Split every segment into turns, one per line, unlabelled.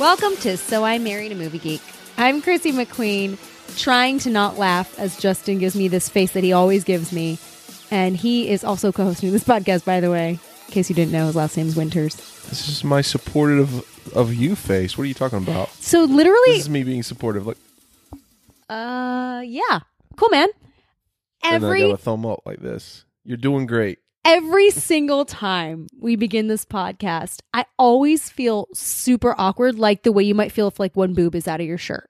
Welcome to So I Married a Movie Geek. I'm Chrissy McQueen, trying to not laugh as Justin gives me this face that he always gives me. And he is also co hosting this podcast, by the way, in case you didn't know his last name's Winters.
This is my supportive of you face. What are you talking about?
So, literally,
This is me being supportive. Like,
Uh, yeah, cool, man.
and then I
Every
got a thumb up like this. You're doing great.
every single time we begin this podcast, I always feel super awkward, like the way you might feel if like one boob is out of your shirt,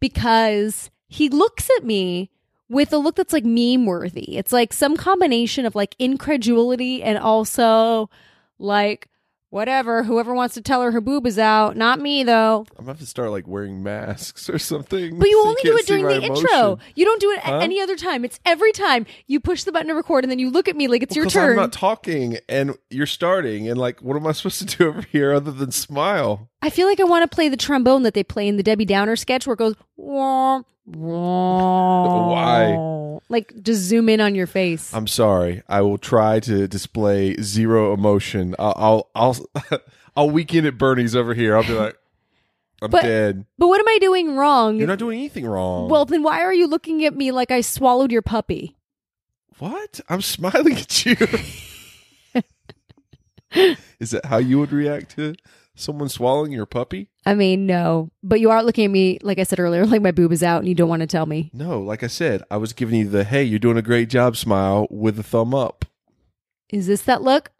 because he looks at me with a look that's like meme worthy. It's like some combination of like incredulity and also like whatever. Whoever wants to tell her her boob is out, not me though.
I'm about to start like wearing masks or something.
But you
so
only do
can't
it
see
during
my
the
emotion.
intro. You don't do it
Huh?
at any other time. It's every time you push the button to record and then you look at me like it's your
'Cause
turn.
I'm not talking, and you're starting, and like, what am I supposed to do over here other than smile?
I feel like I want to play the trombone that they play in the Debbie Downer sketch where it goes wah, wah.
Why?
Like just zoom in on your face.
I'm sorry. I will try to display zero emotion. I'll, I'll, I'll, I'll weekend at Bernie's over here. I'll be like, I'm
But-
dead.
but what am I doing wrong?
You're not doing anything wrong.
well, then why are you looking at me like I swallowed your puppy?
What? I'm smiling at you. Is that how you would react to someone swallowing your puppy?
I mean, no. But you are looking at me like I said earlier, like my boob is out and you don't want to tell me.
No, like I said, I was giving you the hey, you're doing a great job smile with a thumb up.
Is this that look?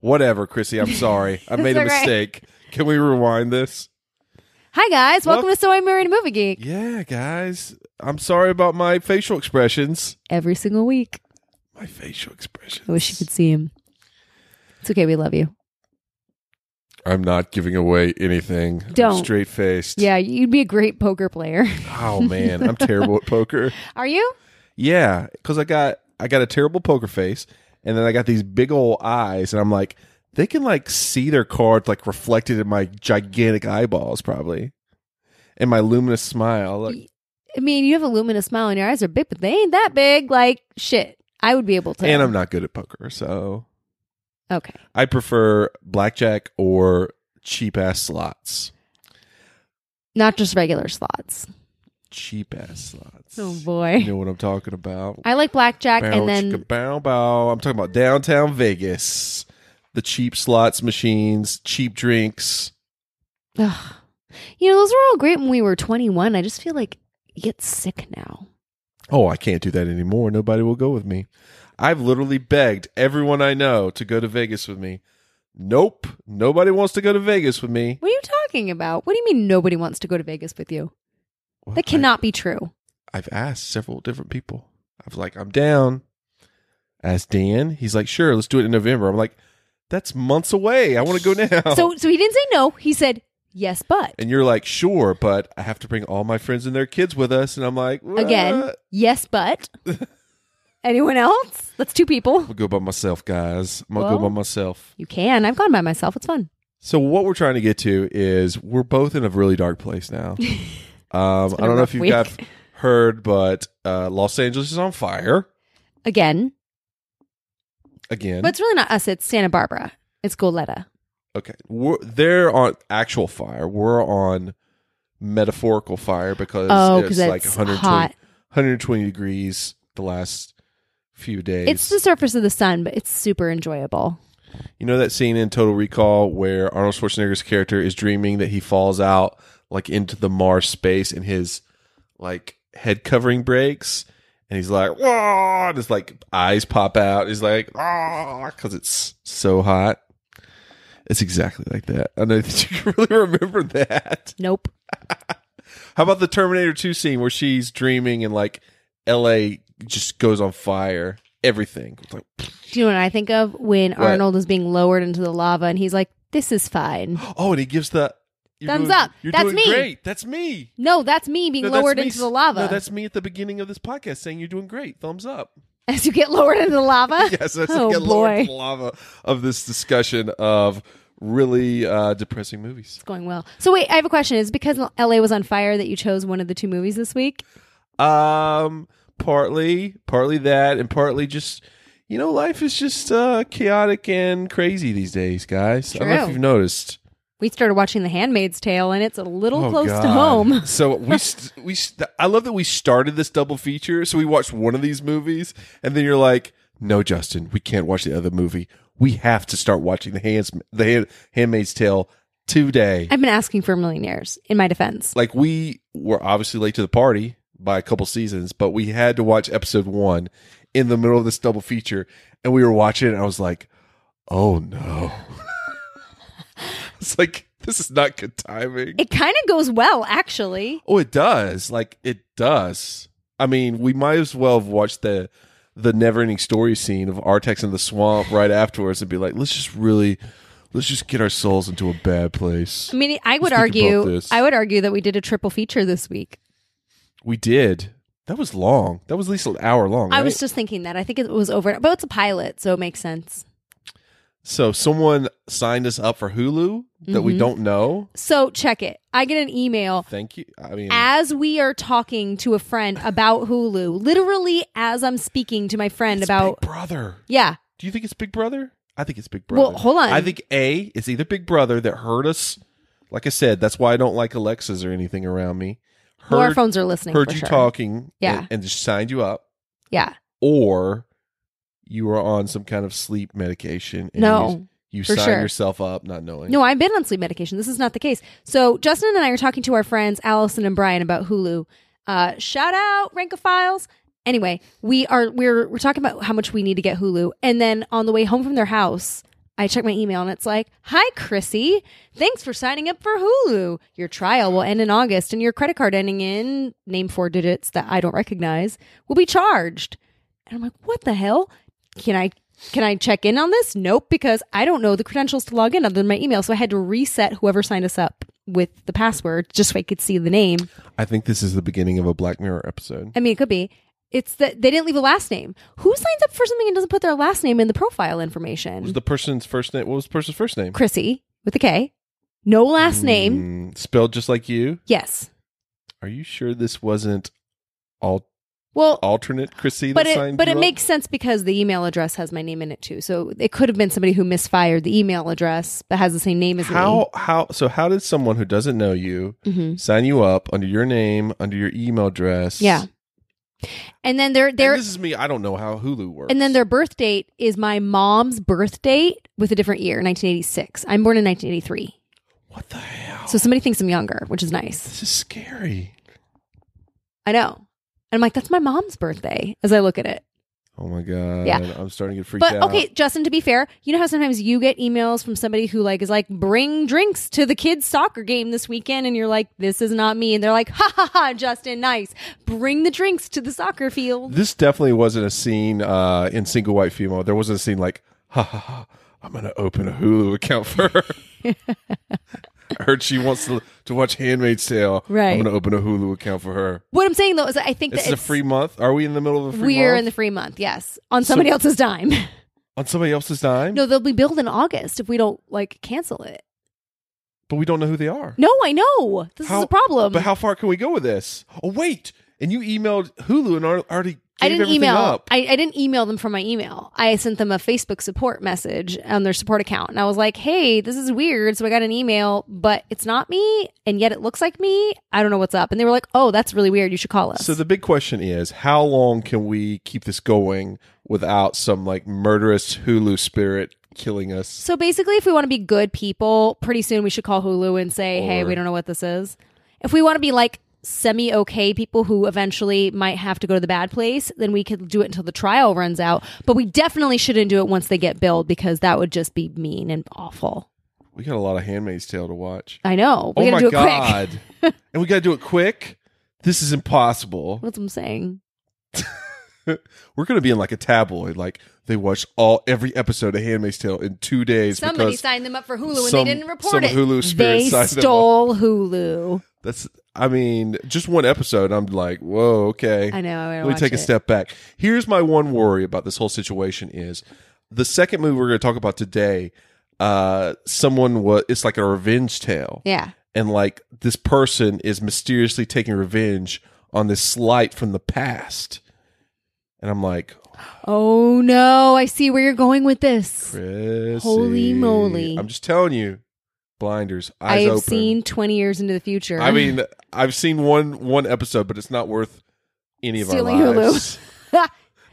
Whatever, Chrissy, I'm sorry. I made a
It's okay.
mistake. Can we rewind this?
Hi guys, welcome
Look-
to So I Married a Movie Geek.
Yeah, guys. I'm sorry about my facial expressions.
Every single week.
My facial expressions.
I wish you could see him. It's okay, we love you.
I'm not giving away anything.
Don't.
Straight faced.
Yeah, you'd be a great poker player.
Oh man, I'm terrible at poker.
Are you?
Yeah, because I got I got a terrible poker face, and then I got these big old eyes, and I'm like, they can like see their cards like reflected in my gigantic eyeballs, probably, and my luminous smile. Like,
I mean, you have a luminous smile and your eyes are big, but they ain't that big. Like shit, I would be able to.
and I'm not good at poker, so
okay.
I prefer blackjack or cheap ass slots.
Not just regular slots.
Cheap ass slots.
Oh
You
boy,
know what I'm talking about.
I like blackjack,
Bow,
and then
chicka, bow, bow. I'm talking about downtown Vegas. The cheap slots machines, cheap drinks.
Ugh. you know those were all great when we were twenty one. I just feel like you get sick now.
Oh, I can't do that anymore. Nobody will go with me. I've literally begged everyone I know to go to Vegas with me. Nope. Nobody wants to go to Vegas with me.
What are you talking about? What do you mean nobody wants to go to Vegas with you?
Well,
That cannot be true.
I, have asked several different people. I was like, I'm down. Asked Dan. He's like, sure, let's do it in November. I'm like, that's months away. I want to go now.
So, so he didn't say no. He said yes, but
and you're like, sure, but I have to bring all my friends and their kids with us. And I'm like,
again,
"What?"
yes, but anyone else? That's two people.
I'm going to go by myself, guys. I'm going to
Well-
go by myself.
You can. I've gone by myself. It's fun.
So what we're trying to get to is we're both in a really dark place now. Um,
been a
I don't know
rough
if you have got heard, but uh, Los Angeles is on fire
Again,
again.
But it's really not us. It's Santa Barbara. It's Goleta.
okay, we're, they're on actual fire. We're on metaphorical fire because
Oh,
it's
'cause
like
it's
120,
hot.
120 degrees the last few days.
It's the surface of the sun, but it's super enjoyable.
You know that scene in Total Recall where Arnold Schwarzenegger's character is dreaming that he falls out like into the Mars space and his like head covering breaks and he's like, "Whoa!" and his like eyes pop out. He's like, "Ah," because it's so hot. It's exactly like that. I know that you can really remember that.
Nope.
How about the Terminator 2 scene where she's dreaming and like LA just goes on fire? Everything. It's like,
Do you know what I think of when
What?
Arnold is being lowered into the lava and he's like, This is fine.
Oh, and he gives the you're
Thumbs
doing-
up.
You're
That's
doing
me.
great. That's me.
No, that's me being
No, that's
lowered
me
into
s-
the lava.
No, that's me at the beginning of this podcast saying you're doing great. Thumbs up.
As you get lowered into the lava.
Yes, that's
oh
get lower
boy,
into the lava of this discussion of really uh, depressing movies.
it's going well. So wait, I have a question. Is it because L.A. was on fire that you chose one of the two movies this week?
Um, partly, partly that, and partly just you know, life is just uh, chaotic and crazy these days, guys. I don't know if
True.
you've noticed.
We started watching The Handmaid's Tale, and it's a little
Oh,
close
God.
to home.
So we st- we st- I love that we started this double feature. So we watched one of these movies, and then you're like, "No, Justin, we can't watch the other movie. We have to start watching the hands the hand- Handmaid's Tale today."
I've been asking for millionaires. In my defense,
like we were obviously late to the party by a couple seasons, but we had to watch episode one in the middle of this double feature, and we were watching, it, and I was like, "Oh no!" it's like this is not good timing.
it kind of goes well, actually.
oh, it does. Like it does. I mean, we might as well have watched the the never ending story scene of Artex in the swamp right afterwards, and be like, "Let's just really." Let's just get our souls into a bad place.
I mean, I would
Let's think about
argue,
this.
I would argue that we did a triple feature this week.
We did. That was long. That was at least an hour long.
I was
right?
just thinking that. I think it was over, but it's a pilot, so it makes sense.
So someone signed us up for Hulu that
Mm-hmm.
we don't know.
So check it. I get an email
Thank you. I mean,
as we are talking to a friend about Hulu. Literally, as I'm speaking to my friend
it's
about,
Big Brother.
yeah,
Do you think it's Big Brother? I think it's Big Brother.
Well, hold on.
I think A, it's either Big Brother that heard us. Like I said, that's why I don't like Alexas or anything around me.
well, our
Heard,
phones are listening.
heard
for
you
sure.
talking
Yeah.
and, and just signed you up.
Yeah.
Or you were on some kind of sleep medication. And
No.
You, you
for
signed
sure.
yourself up not knowing.
No, I've been on sleep medication. This is not the case. So Justin and I are talking to our friends Allison and Brian about Hulu. Uh, shout out Rankophiles. Anyway, we are we're we're talking about how much we need to get Hulu, and then on the way home from their house, I check my email and it's like, "Hi Chrissy, thanks for signing up for Hulu. Your trial will end in August, and your credit card ending in name four digits that I don't recognize will be charged." And I'm like, what the hell? Can I can I check in on this? Nope, because I don't know the credentials to log in other than my email. So I had to reset whoever signed us up with the password just so I could see the name.
I think this is the beginning of a Black Mirror episode.
I mean, it could be. It's that they didn't leave a last name. Who signs up for something and doesn't put their last name in the profile information?
was the person's first name? What was the person's first name?
Chrissy with a K. No last name.
Mm, spelled just like you.
Yes.
Are you sure this wasn't al-
Well,
alternate Chrissy?
but
that
it
signed
but
you
it
up?
makes sense because the email address has my name in it too. So it could have been somebody who misfired the email address that has the same name as
how how so how did someone who doesn't know you
me. hmm
sign you up under your name under your email address?
Yeah. And then there there
and this is me. I don't know how Hulu works.
And then their birth date is my mom's birth date with a different year, 1986. I'm born in 1983.
what the hell?
So somebody thinks I'm younger, which is nice.
this is scary.
I know. And I'm like, that's my mom's birthday as I look at it.
Oh my god.
Yeah.
I'm starting to get freaked
But
out.
okay, Justin, to be fair, you know how sometimes you get emails from somebody who like is like, bring drinks to the kids' soccer game this weekend, and you're like, this is not me. And they're like, ha ha ha, Justin, nice. Bring the drinks to the soccer field.
This definitely wasn't a scene uh, in single white female. There wasn't a scene like, ha ha ha, I'm going to open a Hulu account for her. I heard she wants to, to watch Handmaid's Tale.
Right.
I'm going to open a Hulu account for her.
What I'm saying though is that I think
This
that
is a
it's
free month. Are we in the middle of a free
we're
month?
in the free month, yes. On somebody else's dime.
On somebody else's dime?
No, they'll be billed in August if we don't like cancel it.
But we don't know who they are.
No, I know. This
How-
is a problem.
But how far can we go with this? Oh, wait. And you emailed Hulu and al- already gave
I didn't
everything
email.
up.
I, I didn't email them from my email. I sent them a Facebook support message on their support account, and I was like, "Hey, this is weird." So I got an email, but it's not me, and yet it looks like me. I don't know what's up. And they were like, "Oh, that's really weird. You should call us."
So the big question is, how long can we keep this going without some like murderous Hulu spirit killing us?
So basically, if we want to be good people, pretty soon we should call Hulu and say, hey,
Or-
we don't know what this is. If we want to be like semi okay people who eventually might have to go to the bad place, then we could do it until the trial runs out. But we definitely shouldn't do it once they get billed because that would just be mean and awful.
We got a lot of Handmaid's Tale to watch.
I know. We
oh
gotta
my
do it quick.
god! and we got to do it quick. This is impossible.
That's what I'm saying.
We're gonna be in like a tabloid. Like they watched all every episode of Handmaid's Tale in two days.
Somebody
because
signed them up for Hulu and
some-
they didn't report
some
it.
Hulu spirit
They
signed them up.
stole Hulu.
That's. I mean, just one episode. I'm like, whoa, okay.
I know. I
Let me take a step back. Here's my one worry about this whole situation is the second movie we're going to talk about today. Uh, someone was. It's like a revenge tale,
Yeah.
and like this person is mysteriously taking revenge on this slight from the past. And I'm like,
Oh no! I see where you're going with this.
Chrissy,
Holy moly.
I'm just telling you, blinders.
I
Eyes
have
open.
seen 20 years into the future.
I mean, I've seen one one episode, but it's not worth any of
Stealing
our
Hulu.
lives
but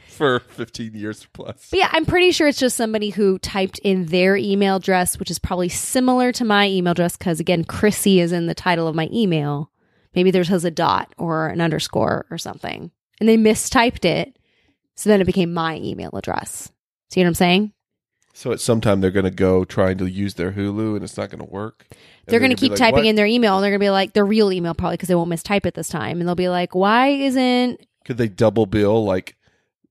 for 15 years plus.
yeah, I'm pretty sure it's just somebody who typed in their email address, which is probably similar to my email address because again, Chrissy is in the title of my email. Maybe there's has a dot or an underscore or something, and they mistyped it, so then it became my email address. See what I'm saying?
So at some time they're going to go trying to use their Hulu, and it's not going to work. And
They're going to
gonna be
keep
like,
typing
"What?
in their email. And they're going to be like their real email probably because they won't mistype it this time, and they'll be like, "Why isn't
Could they double bill like?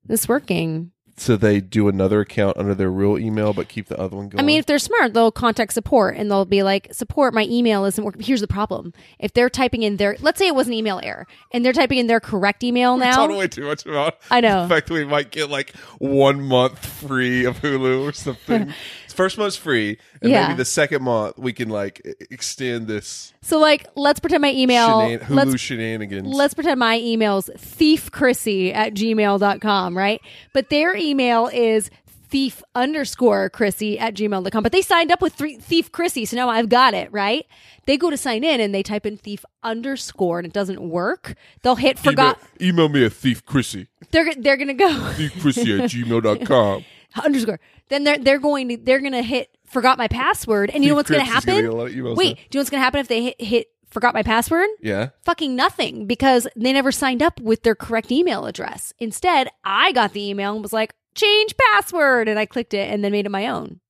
this working?"
So they do another account under their real email, but keep the other one going.
I mean, if they're smart, they'll contact support and they'll be like, support, my email isn't working. Here's the problem. If they're typing in their, let's say it was an email error and they're typing in their correct email
we
now.
talked way too much about.
I know.
the fact that we might get like one month free of Hulu or something. First month's free, and
Yeah.
maybe the second month we can like e- extend this
So like, let's pretend my email,
shenan- Hulu
let's,
shenanigans.
let's pretend my email's thiefchrissy at gmail.com, right? But their email is thief underscore Chrissy at gmail.com. But they signed up with three, thief Chrissy. So now I've got it, right? They go to sign in and they type in thief underscore and it doesn't work. They'll hit forgot.
Email, email me at thief Chrissy.
They're, they're going to go.
thiefchrissy at gmail.com.
underscore. Then they're they're going to they're gonna hit forgot my password, and you know
Steve
what's gonna
Cripps is gonna
happen?
get a lot of emails
Wait,
now.
do you know what's gonna happen if they hit, hit forgot my password?
Yeah.
Fucking nothing because they never signed up with their correct email address. Instead, I got the email and was like, change password, and I clicked it and then made it my own.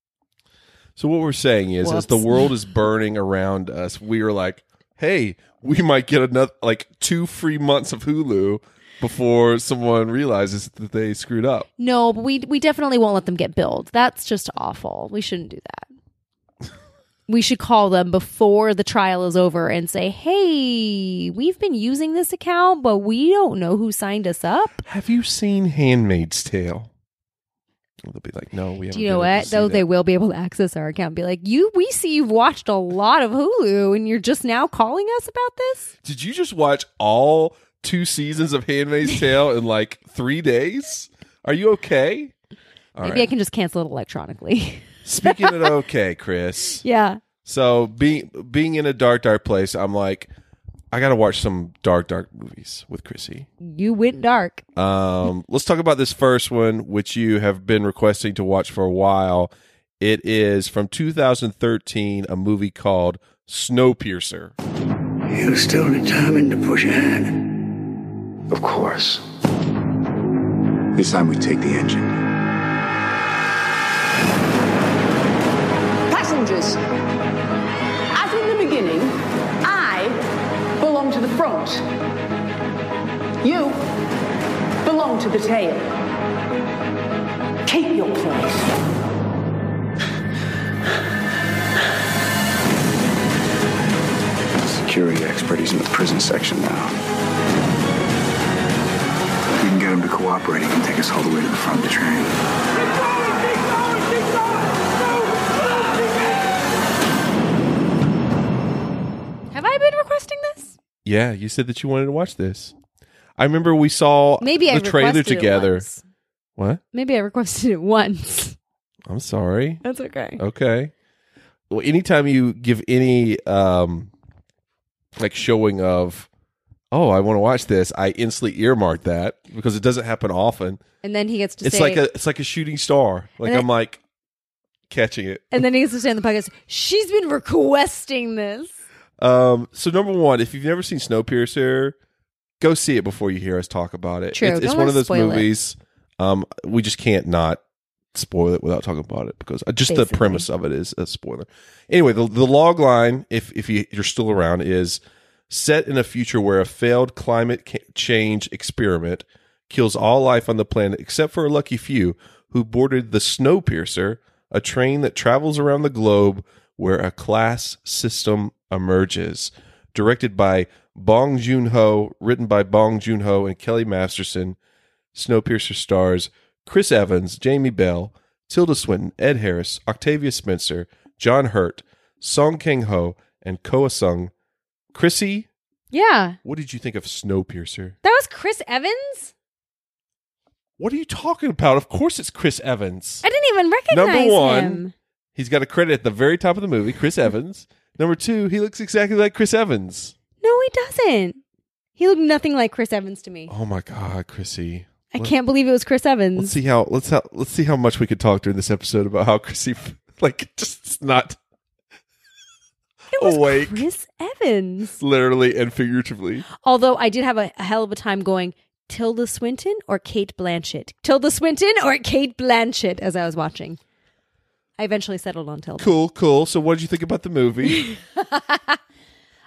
So what we're saying is, as the
Whoops.
world is burning around us, we are like, hey, we might get another like two free months of Hulu before someone realizes that they screwed up.
No, but we we definitely won't let them get billed. That's just awful. We shouldn't do that. We should call them before the trial is over and say, "Hey, we've been using this account, but we don't know who signed us up."
Have you seen Handmaid's Tale? They'll be like, no, we haven't.
Do you know
been able to
what?
see
Though they
that.
will be able to access our account, and be like, "You, we see you've watched a lot of Hulu, and you're just now calling us about this."
did you just watch all two seasons of Handmaid's Tale in like three days? Are you okay? All
Maybe I
right.
can just cancel it electronically.
Speaking of okay, Chris.
yeah,
So being being in a dark, dark place, I'm like, I gotta watch some dark, dark movies with Chrissy.
you went dark.
Um, let's talk about this first one, which you have been requesting to watch for a while. It is from 2013, a movie called Snowpiercer.
You're still determined to push ahead. Of course. This time we take the engine.
Passengers, as in the beginning, I belong to the front. You belong to the tail. Keep your place.
Security expert, he's in the prison section now. We can get him to cooperate. He can take us all the way to the front of the train.
Have I been requesting this?
Yeah, you said that you wanted to watch this. I remember we saw
Maybe
the
I
trailer
requested it
together.
once.
What?
Maybe I requested it once.
I'm sorry.
That's okay.
Okay. Well, anytime you give any um like showing of oh, I want to watch this, I instantly earmark that because it doesn't happen often.
And then he gets to
it's
say,
like a it's like a shooting star. Like
And
I'm like catching it.
and then he gets to say in the podcast, "She's been requesting this."
Um so number one, if you've never seen Snowpiercer, go see it before you hear us talk about it.
True.
It's, it's
Don't
one
wanna
of those
spoil it.
movies. Um we just can't not spoil it without talking about it because uh, just the
Basically.
premise of it is a spoiler. Anyway, the the log line, if if you, you're still around, is set in a future where a failed climate ca- change experiment kills all life on the planet except for a lucky few who boarded the Snowpiercer, a train that travels around the globe where a class system emerges. Directed by Bong Joon Ho, written by Bong Joon Ho and Kelly Masterson. Snowpiercer stars Chris Evans, Jamie Bell, Tilda Swinton, Ed Harris, Octavia Spencer, John Hurt, Song Kang Ho, and Koa Sung. Chrissy,
Yeah.
what did you think of Snowpiercer?
That was Chris Evans?
What are you talking about? Of course it's Chris Evans.
I didn't even recognize
Number one,
him.
He's got a credit at the very top of the movie, Chris Evans. Number two, he looks exactly like Chris Evans.
No, he doesn't. He looked nothing like Chris Evans to me.
Oh my god, Chrissy.
I can't believe it was Chris
Let's
Evans.
see how let's how let's see how much we could talk during this episode about how Chrissy like just not
It was
awake.
Chris Evans.
literally and figuratively.
Although I did have a, a hell of a time going Tilda Swinton or Kate Blanchett. Tilda Swinton or Kate Blanchett as I was watching. I eventually settled on Tilda.
Cool, cool. So what did you think about the movie?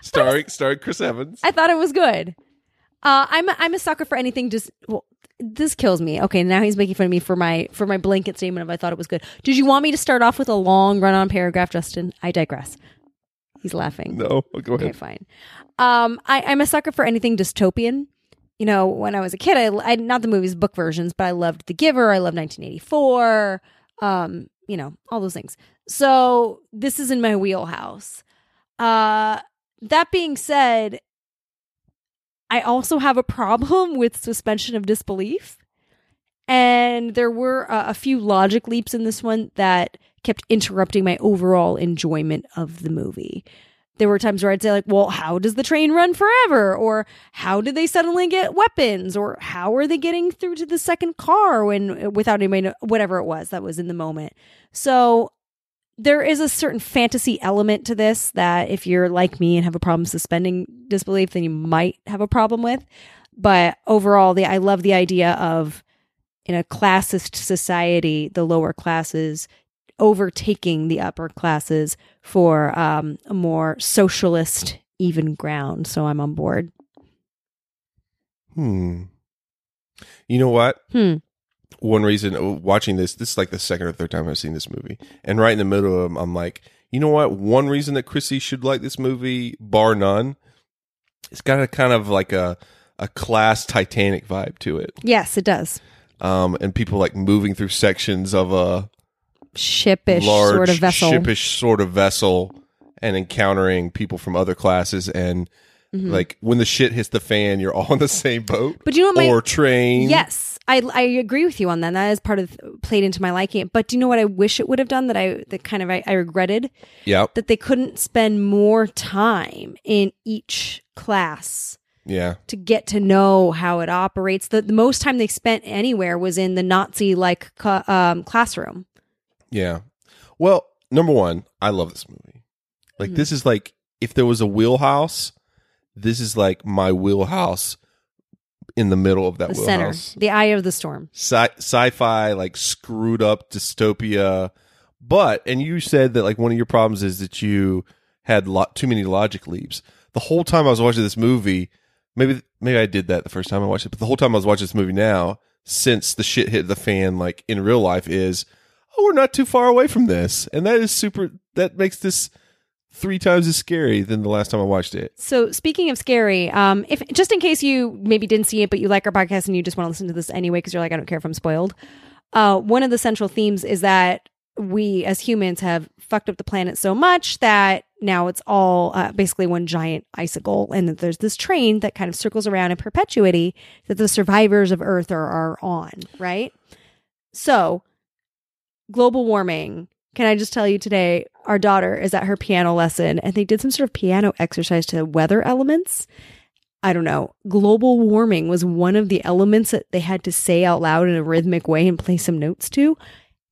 starring starring Chris Evans.
I thought it was good. Uh, I'm a, I'm a sucker for anything. Just well, this kills me. Okay, now he's making fun of me for my for my blanket statement of I thought it was good. Did you want me to start off with a long run on paragraph, Justin? I digress. He's laughing.
No, go ahead.
Okay, fine. Um, I, I'm a sucker for anything dystopian. You know, when I was a kid, I, I not the movies, book versions, but I loved The Giver. I loved 1984. Um, you know, all those things. So this is in my wheelhouse. Uh, that being said, I also have a problem with suspension of disbelief. And there were uh, a few logic leaps in this one that kept interrupting my overall enjoyment of the movie. There were times where I'd say, like, well, how does the train run forever? Or how did they suddenly get weapons? Or how are they getting through to the second car when without anybody, know, whatever it was that was in the moment? So there is a certain fantasy element to this that if you're like me and have a problem suspending disbelief, then you might have a problem with. But overall, the I love the idea of in a classist society, the lower classes overtaking the upper classes for um, a more socialist even ground. So I'm on board.
Hmm. You know what?
Hmm.
One reason uh, watching this, this is like the second or third time I've seen this movie, and right in the middle of them, I'm like, you know what? One reason that Chrissy should like this movie, bar none, it's got a kind of like a a class Titanic vibe to it,
Yes, it does.
um, and people like moving through sections of a
Shipish
large
sort of vessel.
shipish sort of vessel and encountering people from other classes and like when the shit hits the fan you're all in the same boat
Mm-hmm. But you know what my-
or train
Yes, I, I agree with you on that. That is part of played into my liking. But do you know what I wish it would have done that I that kind of I, I regretted
yep
that they couldn't spend more time in each class
yeah
to get to know how it operates. The, the most time they spent anywhere was in the Nazi like um, classroom.
yeah well number one i love this movie like
Mm-hmm.
this is like if there was a wheelhouse this is like my wheelhouse in the middle of that
the center,
wheelhouse
the eye of the storm.
sci- sci-fi like screwed up dystopia but and you said that like one of your problems is that you had lo- too many logic leaps the whole time i was watching this movie maybe maybe i did that the first time i watched it but the whole time i was watching this movie now since the shit hit the fan like in real life is oh we're not too far away from this and that is super that makes this three times as scary than the last time i watched it
So speaking of scary, um, if just in case you maybe didn't see it, but you like our podcast and you just want to listen to this anyway because you're like, I don't care if I'm spoiled. Uh, one of the central themes is that we as humans have fucked up the planet so much that now it's all uh, basically one giant icicle, and that there's this train that kind of circles around in perpetuity that the survivors of Earth are, are on, right? So global warming. Can I just tell you today, our daughter is at her piano lesson and they did some sort of piano exercise to weather elements. I don't know. Global warming was one of the elements that they had to say out loud in a rhythmic way and play some notes to.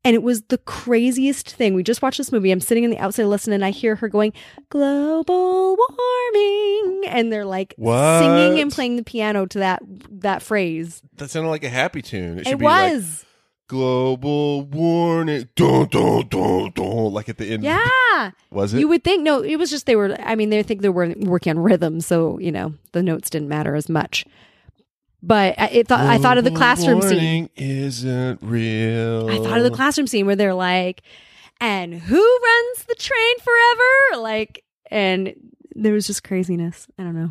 And it was the craziest thing. We just watched this movie. I'm sitting in the outside lesson and I hear her going, global warming. And they're like singing and
What?
playing the piano to that that phrase.
that sounded like a happy tune it should
It
be like,
was.
global warning dun, dun, dun, dun, like at the end
yeah.
was it
You would think no. It was just they were. I mean, they think they were working on rhythm, so you know the notes didn't matter as much. But I, it thought, I thought of the classroom scene.
Warning isn't real.
I thought of the classroom scene where they're like, and who runs the train forever? Like, and there was just craziness. I don't know.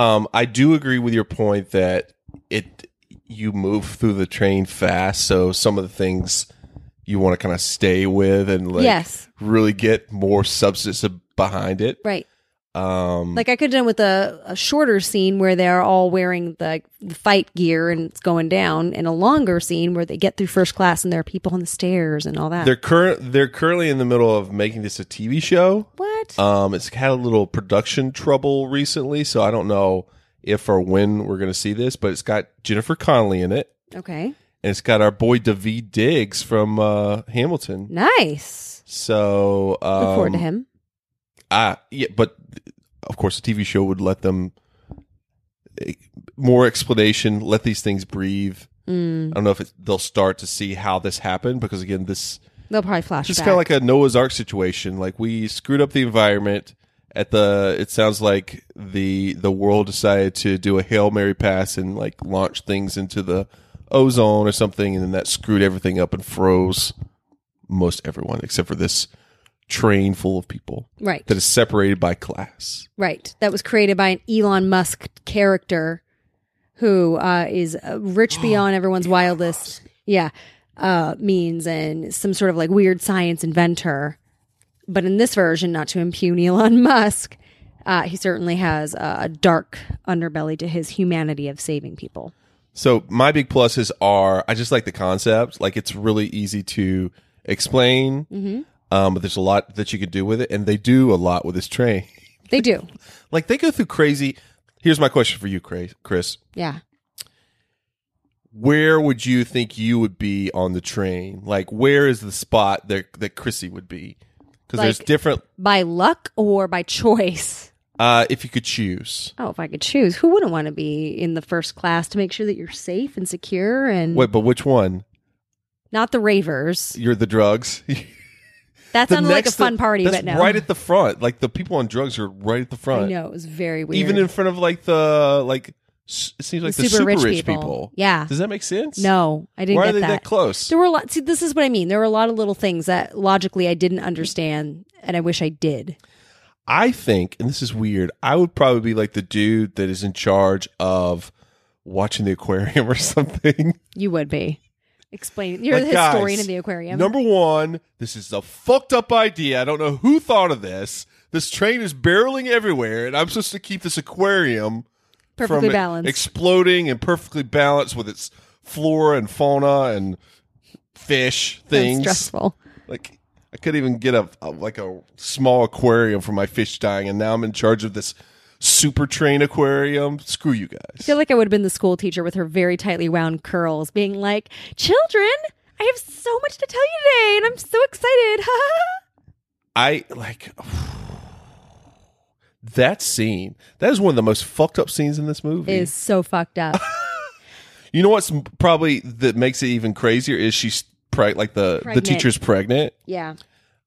Um, I do agree with your point that it you move through the train fast, so some of the things you want to kind of stay with and like
Yes.
really get more substance behind it.
Right.
Um,
Like I could have done with a, a shorter scene where they're all wearing the, the fight gear and it's going down, and a longer scene where they get through first class and there are people on the stairs and all that.
they're current. They're currently in the middle of making this a TV show.
what?
Um, it's had a little production trouble recently, so I don't know if or when we're going to see this, but it's got Jennifer Connelly in it,
okay.
and it's got our boy David Diggs from uh, Hamilton.
Nice.
So um,
Look forward to him.
I, yeah, but of course, the TV show would let them eh, more explanation, let these things breathe. I don't know if it's, they'll start to see how this happened because again, this
They'll probably flash
just
back.
kind of like a Noah's Ark situation. Like we screwed up the environment at the. It sounds like the the world decided to do a hail mary pass and like launch things into the ozone or something, and then that screwed everything up and froze most everyone except for this train full of people
right.
that is separated by class.
Right. That was created by an Elon Musk character who uh, is uh, rich beyond everyone's wildest, yeah, uh, means and some sort of like weird science inventor. But in this version, not to impugn Elon Musk, uh, he certainly has a, a dark underbelly to his humanity of saving people.
So my big pluses are I just like the concept. Like it's really easy to explain,
Mm-hmm.
um, but there's a lot that you could do with it, and they do a lot with this train.
They do.
Like they go through crazy. Here's my question for you, Cra- Chris.
Yeah.
Where would you think you would be on the train? Like, where is the spot that that Chrissy would be? Because there's
Like-
different.
By luck or by choice?
Uh, if you could choose,
Oh, if I could choose, who wouldn't want to be in the first class to make sure that you're safe and secure and
wait, but which one?
not the ravers?
You're the drugs.
That
The
sounded like a
next-
fun party,
that's
but no.
right at the front. Like the people on drugs are right at the front.
I know it was very weird.
even in front of like the like s- it seems like the, super, rich, people.
Yeah.
does that make sense
no, I didn't
why
get
are they that,
that.
close
There were a lot. See, this is what I mean. There were a lot of little things that logically I didn't understand, and I wish I did.
i think and this is weird i would probably be like the dude that is in charge of watching the aquarium or something
You would be. Explain. You're
Like,
the historian
guys,
of the aquarium.
number one this is a fucked up idea i don't know who thought of this this train is barreling everywhere and i'm supposed to keep this aquarium
Perfectly
from
balanced.
exploding and perfectly balanced with its flora and fauna and fish
That's
things
Stressful.
Like I could even get a, a- like a small aquarium for my fish dying, and now I'm in charge of this super train aquarium. Screw you
I
guys.
feel like I would have been the school teacher with her very tightly wound curls, being like, "Children, I have so much to tell you today, and I'm so excited."
I like that scene. That is one of the most fucked up scenes in this movie.
Is so fucked up.
you know what's m- probably that makes it even crazier is she's preg- like the
Pregnant.
the teacher's pregnant.
yeah,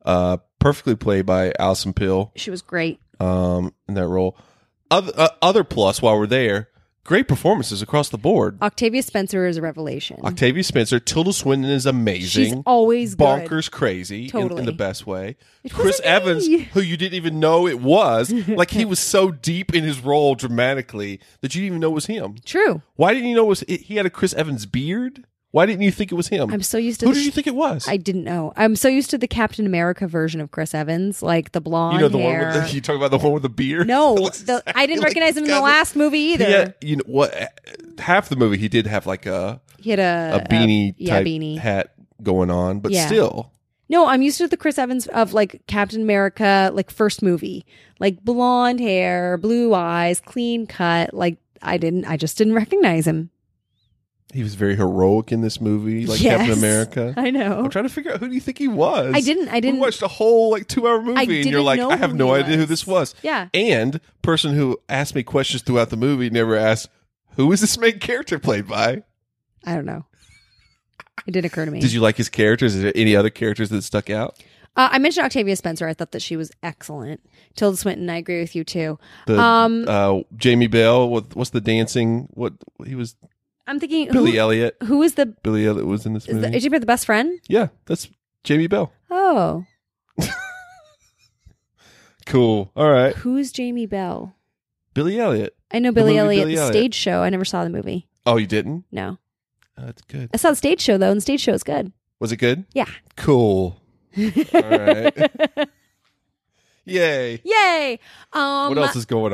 Uh, perfectly played by Alison Pill.
she was great.
Um, in that role. Other uh, other plus while we're there, great performances across the board.
Octavia Spencer is a revelation.
Octavia Spencer, Tilda Swinton is amazing.
She's always good.
bonkers crazy in- in,
Totally.
the best way.
It
Chris
wasn't
Evans,
me.
who you didn't even know it was, like he was so deep in his role dramatically that you didn't even know it was him.
True.
Why didn't you know it was it, he had a Chris Evans beard? Why didn't you think it was him?
I'm so used to
Who
the
did you think it was?
I didn't know. I'm so used to the Captain America version of Chris Evans, like the blonde
you know the
hair.
one with the, you talk about the one with the beard.
no,
That looks
the, I didn't
exactly
recognize him in the
like-
last movie either.
Yeah, you know what? Half the movie he did have like a
He had a,
a beanie
Uh, yeah,
type
beanie.
hat going on, but
Yeah.
still.
No, I'm used to the Chris Evans of like Captain America, like first movie, like blonde hair, blue eyes, clean cut. Like I didn't, I just didn't recognize him.
He was very heroic in this movie, like
Yes.
Captain America.
I know.
I'm trying to figure out who do you think he was.
I didn't- I didn't-
We watched a whole like two hour movie,
I
and you're
didn't
like,
know
I have
who
no
he
idea who
was.
this was.
Yeah.
And person who asked me questions throughout the movie never asked who is this main character played by.
I don't know. It did occur to me.
Did you like his characters? Is there any other characters that stuck out?
Uh, I mentioned Octavia Spencer. I thought that she was excellent. Tilda Swinton, I agree with you too.
The
Um,
uh, Jamie Bell. What, what's the dancing? What he was
I'm thinking
Billy
who,
Elliot. Mm-hmm.
who is the
Billy Elliot was in this
is,
movie.
the, is Jimmy the best friend?
yeah, that's Jamie Bell.
Oh,
Cool. All right.
who's Jamie Bell?
Billy Elliot.
I know
The
Billy
movie
Elliot,
Billy
the
Elliot.
stage show. I never saw the movie.
Oh, you didn't?
No,
Oh, that's good.
I saw the stage show though, and the stage show is good.
Was it good?
Yeah.
Cool. All right. Yay.
Yay! Um,
what else is going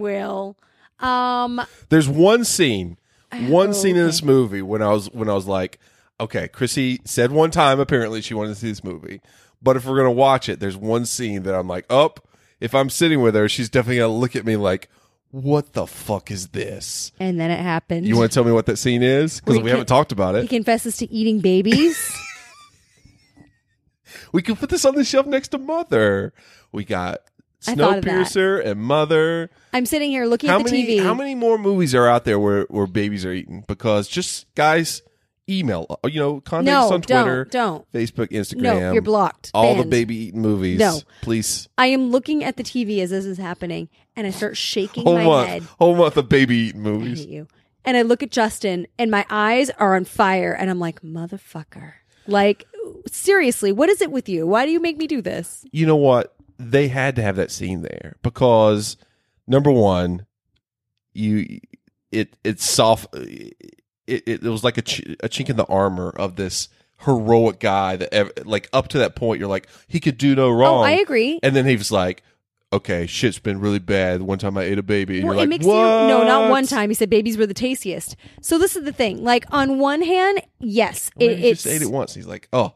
Will. Um,
There's one scene, one
Oh,
scene in this
okay.
movie when I was when I was like, okay, Chrissy said one time apparently she wanted to see this movie, but if we're gonna watch it, there's one scene that I'm like, up. If I'm sitting with her, she's definitely gonna look at me like, what the fuck is this?
and then it happened.
You want to tell me what that scene is? Because
We
we
can-
haven't talked about
he
it.
confesses to eating babies.
We can put this on the shelf next to Mother. We got
I thought of that.
Snowpiercer and Mother.
I'm sitting here looking
how
at the
many
TV.
how many more movies are out there where where babies are eaten? Because just guys, email uh, you know contact us
no,
on Twitter,
don't, don't.
Facebook, Instagram.
No, you're blocked.
All the
Banned.
baby eating movies.
No.
please.
I am looking at the TV as this is happening, and I start shaking
Whole
my
month,
head.
whole month of baby eating
I
movies.
hate you. And I look at Justin, and my eyes are on fire, and I'm like, motherfucker. Like, seriously, what is it with you? Why do you make me do this?
you know what? They had to have that scene there because number one, you it it's soft. It, it, it was like a, ch- a chink in the armor of this heroic guy that ev- like up to that point you're like he could do no wrong.
Oh, I agree.
And then he was like, "Okay, shit's been really bad. One time I ate a baby." And
Well,
you're like,
it makes
what?
you no, not one time. He said babies were the tastiest. So this is the thing. Like on one hand, yes,
Maybe
it,
he
it's
just ate it once. He's like, "Oh,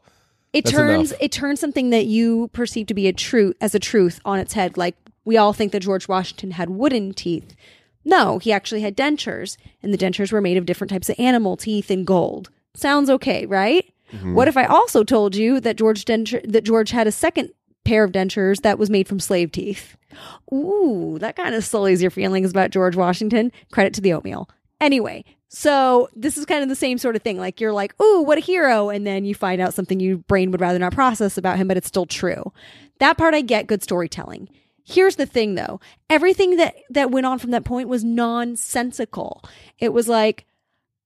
it
That's
turns
enough.
it turns something that you perceive to be a truth as a truth on its head like we all think that george washington had wooden teeth no he actually had dentures and the dentures were made of different types of animal teeth and gold sounds okay right
Mm-hmm.
what if i also told you that george denture that george had a second pair of dentures that was made from slave teeth ooh that kind of sullies your feelings about george washington credit to the oatmeal Anyway, so this is kind of the same sort of thing. Like you're like, "Ooh, what a hero," and then you find out something your brain would rather not process about him, but it's still true. That part I get good storytelling. Here's the thing though. Everything that that went on from that point was nonsensical. It was like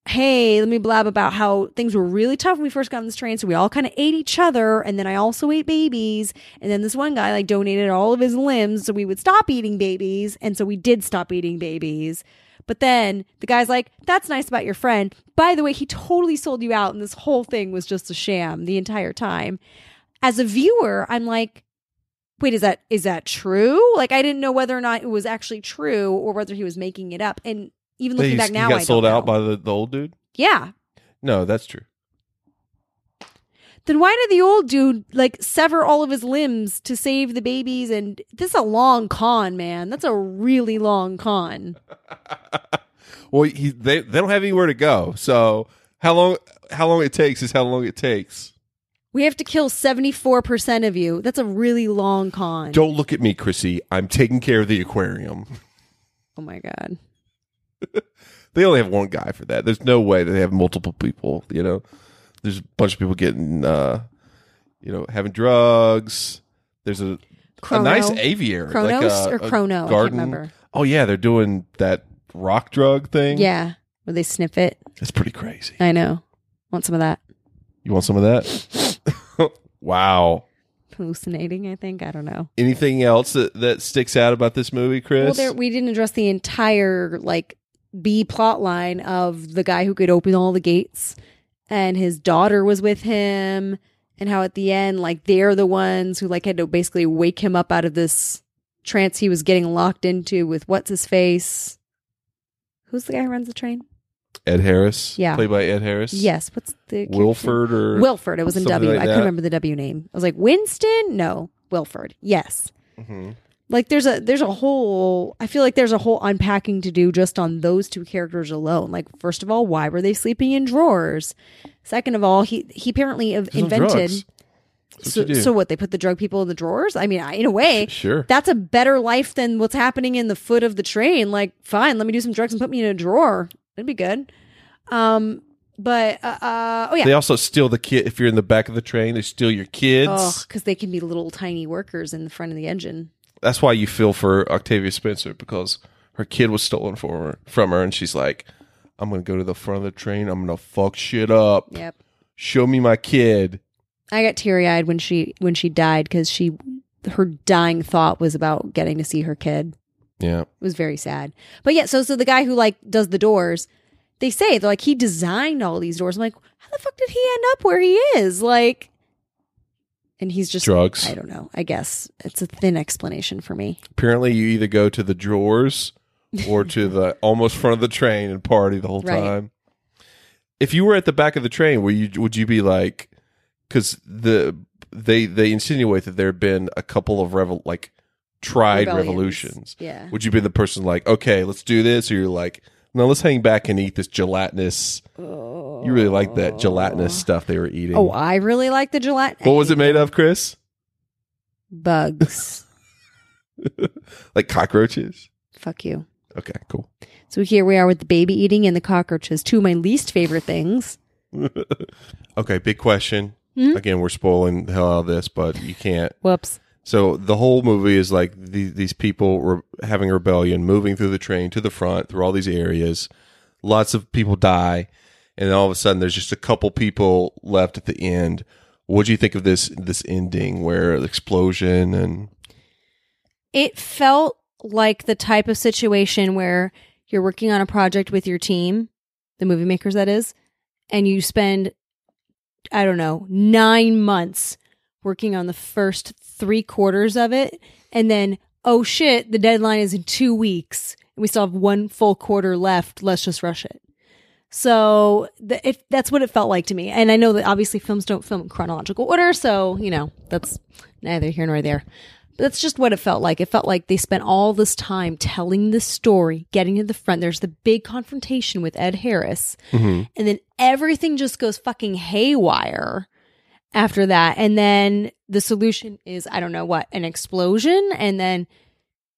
Hey, let me blab about how things were really tough when we first got on this train. So we all kind of ate each other. And then I also ate babies. And then this one guy like donated all of his limbs. So we would stop eating babies. And so we did stop eating babies. But then the guy's like, that's nice about your friend. By the way, he totally sold you out, and this whole thing was just a sham the entire time. As a viewer, I'm like, wait, is that is that true? Like I didn't know whether or not it was actually true or whether he was making it up. And even looking
He's-
back
he
now,
got
I
sold
don't
out
know.
by the, the old dude."
yeah.
No, that's true.
Then why did the old dude like sever all of his limbs to save the babies? And this is a long con, man. That's a really long con.
Well, he they they don't have anywhere to go. So how long how long it takes is how long it takes.
We have to kill seventy four percent of you. That's a really long con.
Don't look at me, Chrissy. I'm taking care of the aquarium.
oh my god.
They only have one guy for that. There's no way that they have multiple people. You know, there's a bunch of people getting uh, you know, having drugs. There's a
Chrono.
a nice aviary, like
Chronos
a-
or
a
Chrono? I can't
garden.
remember.
Oh yeah, they're doing that rock drug thing.
Yeah. Where they sniff it.
that's pretty crazy.
I know. Want some of that.
You want some of that? wow.
Hallucinating, I think. I don't know.
Anything else that, that sticks out about this movie, Chris?
Well, there, we didn't address the entire like B plot line of the guy who could open all the gates and his daughter was with him and how at the end like they're the ones who like had to basically wake him up out of this trance he was getting locked into with what's his face? Who's the guy who runs the train?
Ed Harris,
Yeah.
played by Ed Harris.
Yes, what's the character's
Wilford
name?
or
Wilford. It was in
something
W. I
like
couldn't
that.
remember the W name. I was like Winston. No, Wilford. Yes.
Mm-hmm.
Like there's a there's a whole. I feel like there's a whole unpacking to do just on those two characters alone. Like first of all, why were they sleeping in drawers? Second of all, he he apparently have
on
invented.
drugs. That's
So,
what you do.
so what? They put the drug people in the drawers. I mean, I, in a way,
Sure.
that's a better life than what's happening in the foot of the train. Like, fine, let me do some drugs and put me in a drawer. That'd be good. Um, but uh, uh oh yeah,
They also steal the kid. If you're in the back of the train, they steal your kids.
because they can be little tiny workers in the front of the engine.
That's why you feel for Octavia Spencer because her kid was stolen from her, from her, and she's like, I'm gonna go to the front of the train. I'm gonna fuck shit up.
Yep.
Show me my kid.
I got teary eyed when she when she died because she her dying thought was about getting to see her kid.
Yeah.
It was very sad. But yeah, so so the guy who like does the doors, they say they're like he designed all these doors. I'm like, how the fuck did he end up where he is? Like, and he's just
Drugs.
I don't know. I guess it's a thin explanation for me.
Apparently, you either go to the drawers or to the almost front of the train and party the whole
Right.
time. If you were at the back of the train, were you would you be like? Because the they they insinuate that there have been a couple of revol like tried
Rebellions.
revolutions.
Yeah.
Would you be the person like, okay, let's do this, or you're like, no, let's hang back and eat this gelatinous? You really like that gelatinous stuff they were eating.
Oh, I really like the gelatin.
Mm. what was it made of, Chris?
Bugs.
Like cockroaches?
Fuck you.
Okay, cool.
So here we are with the baby eating and the cockroaches, two of my least favorite things.
Okay, big question. Again, we're spoiling the hell out of this, but you can't.
Whoops.
So the whole movie is like the, these people were having a rebellion, moving through the train to the front through all these areas. Lots of people die, and then all of a sudden, there's just a couple people left at the end. What do you think of this this ending where the explosion and
it felt like the type of situation where you're working on a project with your team, the movie makers that is, and you spend, I don't know, nine months working on the first three quarters of it. And then, oh shit, the deadline is in two weeks. And we still have one full quarter left. Let's just rush it. So th- it, that's what it felt like to me. And I know that obviously films don't film in chronological order. So, you know, that's neither here nor there. But that's just what it felt like. It felt like they spent all this time telling the story, getting to the front. There's the big confrontation with Ed Harris. And then everything just goes fucking haywire after that. And then the solution is, I don't know what, an explosion. And then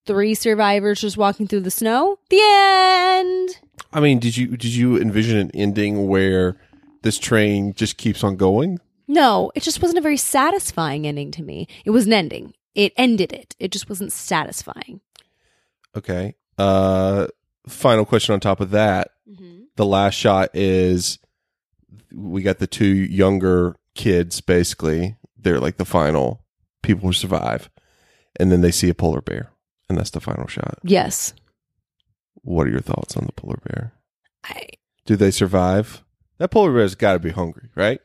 three survivors just walking through the snow. The end.
I mean, did you did you envision an ending where this train just keeps on going?
No, it just wasn't a very satisfying ending to me. It was an ending. It ended it. It just wasn't satisfying.
Okay. Uh final question on top of that. The last shot is we got the two younger kids basically. They're like the final people who survive. And then they see a polar bear. And that's the final shot.
Yes.
What are your thoughts on the polar bear?
I
Do they survive? That polar bear's got to be hungry, right?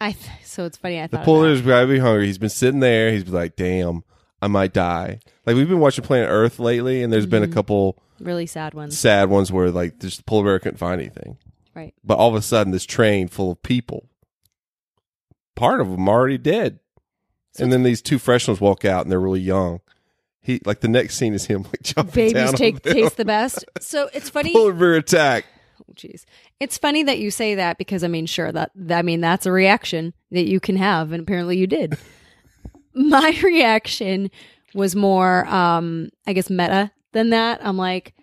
I th- so it's funny I
The
thought of
polar bear's got to be hungry. He's been sitting there. He's been like, "Damn, I might die." Like we've been watching Planet Earth lately, and there's been a couple
that. really sad ones.
sad ones where like just the polar bear couldn't find anything.
Right.
But all of a sudden, this train full of people, part of them already dead, and then these two fresh ones walk out, and they're really young. He like the next scene is him like chopping down
Babies
on
take
them.
taste the best. So it's funny.
polar bear attack.
Oh, Jeez, it's funny that you say that because I mean, sure that that- I mean that's a reaction that you can have, and apparently you did. My reaction was more, um, I guess, meta than that. I'm like,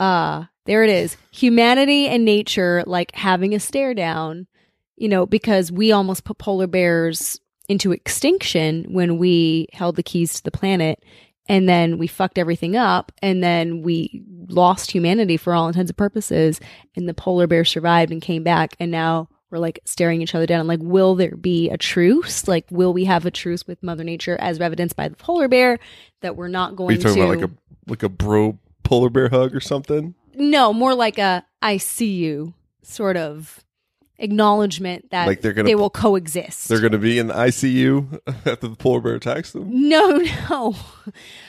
ah, there it is, humanity and nature like having a stare down, you know, because we almost put polar bears into extinction when we held the keys to the planet. And then we fucked everything up, and then we lost humanity for all intents and purposes and the polar bear survived and came back and now we're like staring each other down I'm like will there be a truce like will we have a truce with mother nature as evidenced by the polar bear that we're not
Are
going
you talking
to
about like a like a bro polar bear hug or something?
no more like a i see you sort of acknowledgement that
Like they're gonna-
they will coexist
They're going to be in the ICU after the polar bear attacks them.
no no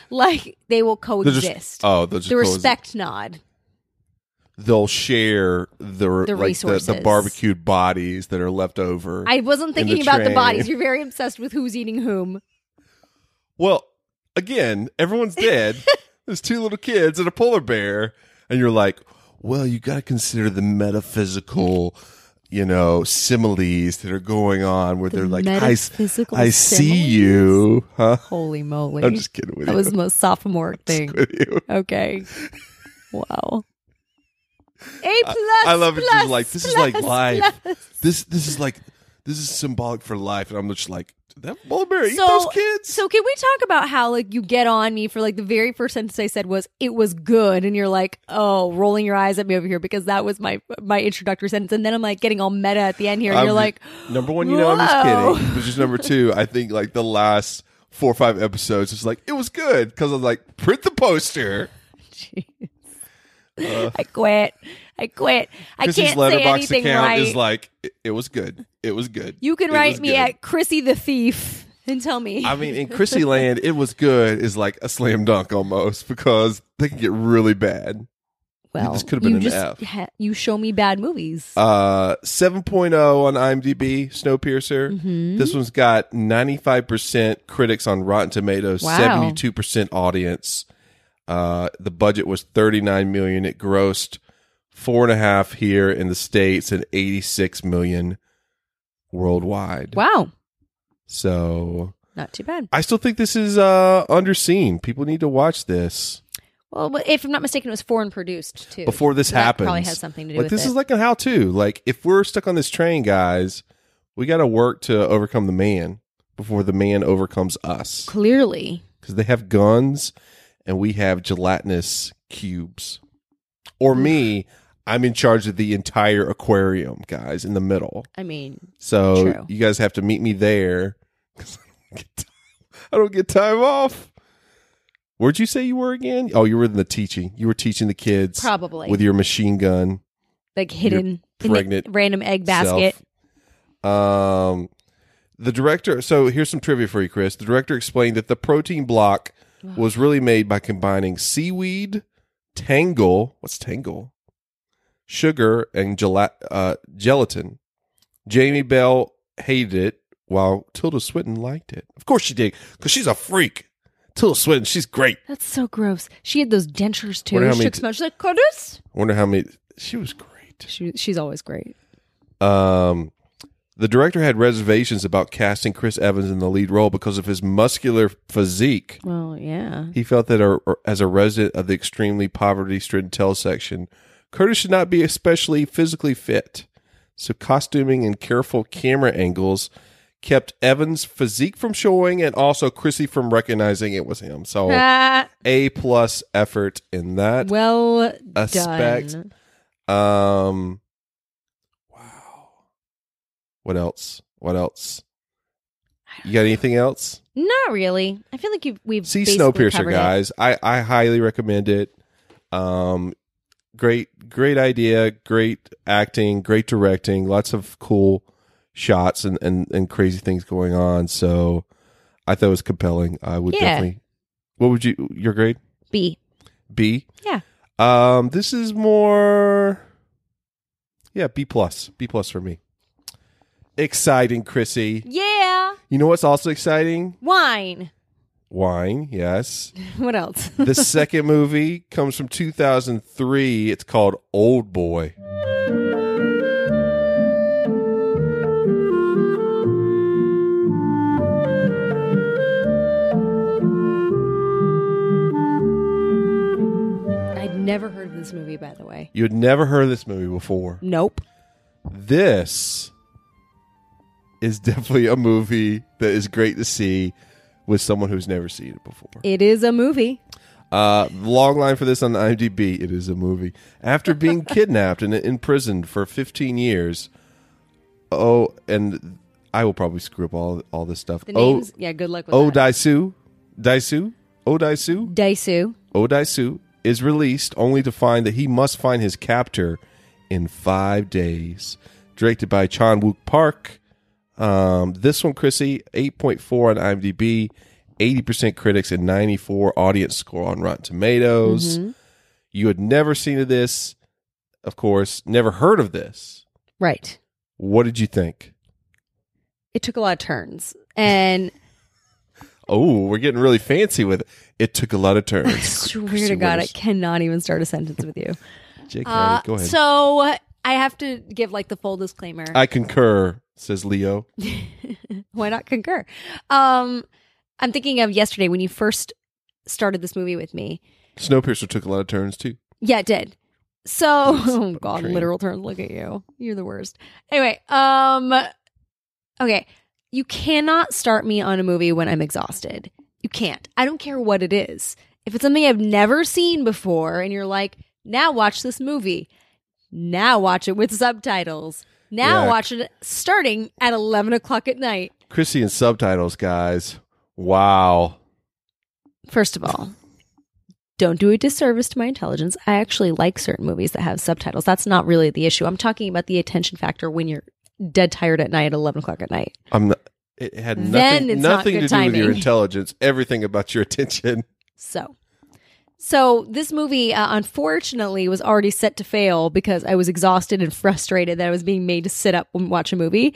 like they will
They're
coexist
just oh, they'll just
the
close it.
respect nod
they'll share the like, the
resources.
the, barbecued bodies that are left over.
i wasn't
the
thinking about the
train.
bodies you're very obsessed with who's eating whom
well, again, everyone's dead. There's two little kids and a polar bear, and you're like, well, you got to consider the metaphysical. You know, similes that are going on where they're like, I, s-
metaphysical
I see you. Huh?
Holy moly.
I'm just kidding with
that
you.
was the most sophomoric thing.
With you.
Okay. Wow. A plus.
I love it.
plus,
Just like this is
plus,
like life.
plus.
This this is like this is symbolic for life. And I'm just like, "Did that Bowling Bear eat
so,
those kids?
so can we talk about how like you get on me for like the very first sentence I said was it was good, and you're like, oh, rolling your eyes at me over here because that was my my introductory sentence, and then I'm like getting all meta at the end here, and
I'm Uh,
you're
ju-
like,
number one, you know, I'm just
"Whoa."
kidding. But just number two, I think like the last four or five episodes, it's like, it was good. Cause I was like, print the poster.
Jeez. I quit. I quit. I
Chrissy's
can't say
letterbox
anything
account
right.
is like, it, it was good. It was good.
you can
It was
write me
good."
at Chrissy the Thief and tell me.
I mean, in Chrissy Land, it was good is like a slam dunk almost because they can get really bad.
well,
this could've been
you
an
just
F.
ha- you show me bad movies.
Uh, 7.0 on IMDb, Snowpiercer.
Mm-hmm.
This one's got 95% critics on Rotten Tomatoes,
Wow.
72% audience. Uh, the budget was 39 million. It grossed four and a half here in the States and 86 million worldwide.
wow,
So
not too bad.
I still think this is, uh, underseen. People need to watch this.
Well, but if I'm not mistaken, it was foreign produced too.
before this
So that
happens.
probably has something to do
like,
with
this
it.
is like a how-to. Like if we're stuck on this train, guys, we got to work to overcome the man before the man overcomes us
Clearly,
because they have guns and we have gelatinous cubes. Or me, I'm in charge of the entire aquarium, guys, in the middle.
I mean,
So
True.
you guys have to meet me there because I, don't get time- I don't get time off. Where'd you say you were again? Oh, you were in the teaching. You were teaching the kids
Probably.
with your machine gun.
like hidden in the
pregnant
random egg basket.
Self. Um, the director. So here's some trivia for you, Chris. The director explained that the protein block was really made by combining seaweed, tangle. What's tangle? Sugar and gela- uh, gelatin. Jamie Bell hated it, while Tilda Swinton liked it. Of course she did, because she's a freak. Tilda Swinton, she's great.
That's so gross. She had those dentures too.
Wonder how
She
many
took
t-
so much. She's like, "Curtis?"
I wonder how many. She was great.
She, she's always great.
Um, the director had reservations about casting Chris Evans in the lead role because of his muscular physique.
Well, yeah.
He felt that a, as a resident of the extremely poverty stricken Tell section, Curtis should not be especially physically fit. So, costuming and careful camera angles kept Evans' physique from showing and also Chrissy from recognizing it was him. So,
Ah,
A plus effort in that
well
aspect.
done.
Um Wow. What else? What else? You got anything else?
Not really. I feel like you've, we've
See
basically covered
Snowpiercer
it.
guys. I I highly recommend it. Um great great idea, great acting, great directing, lots of cool shots and and, and crazy things going on. So I thought it was compelling. I would
Yeah.
definitely What would you your grade?
B.
B?
Yeah.
Um, this is more, yeah, B plus, B plus for me. Exciting, Chrissy.
Yeah.
You know what's also exciting?
Wine.
Wine. Yes.
What else?
The second movie comes from 2003. It's called Old Boy.
I'd never heard of this movie, by the way.
You had never heard of this movie before.
Nope.
This is definitely a movie that is great to see with someone who's never seen it before.
It is a movie.
Uh, long line for this on IMDb. It is a movie. After being kidnapped and imprisoned for 15 years, oh, and I will probably screw up all all this stuff.
The
Oh,
names. yeah. Good luck with
oh,
that.
Daisu, Daisu, oh, Daisu,
Daisu.
oh, Daisu is released only to find that he must find his captor in five days. Directed by Chan Wook Park. Um, this one, Chrissy, 8.4 on IMDb, 80% critics, and 94 audience score on Rotten Tomatoes.
Mm-hmm.
You had never seen of this, of course, never heard of this.
Right.
What did you think?
It took a lot of turns, and
Oh, we're getting really fancy with it. It took a lot of turns.
swear
Chrissy
to God, I
Winters.
cannot even start a sentence with you.
Jake,
Uh,
go ahead. Uh,
So uh, I have to give like the full disclaimer.
I concur, says Leo.
Why not concur? Um, I'm thinking of yesterday when you first started this movie with me.
Snowpiercer took a lot of turns too.
Yeah, it did. So, oh god,
train.
literal turn. Look at you. You're the worst. Anyway, um, Okay. You cannot start me on a movie when I'm exhausted. You can't. I don't care what it is. If it's something I've never seen before and you're like, now watch this movie, now watch it with subtitles, now
Yeah.
watch it starting at 11 o'clock at night.
Chrissy and subtitles, guys. Wow.
First of all, don't do a disservice to my intelligence. I actually like certain movies that have subtitles. That's not really the issue. I'm talking about the attention factor when you're dead tired at night at 11 o'clock at night.
I'm not, it had
Then
nothing
it's not
nothing
good
to do with your
timing.
intelligence. Everything about your attention.
So, so this movie uh, unfortunately was already set to fail because I was exhausted and frustrated that I was being made to sit up and watch a movie.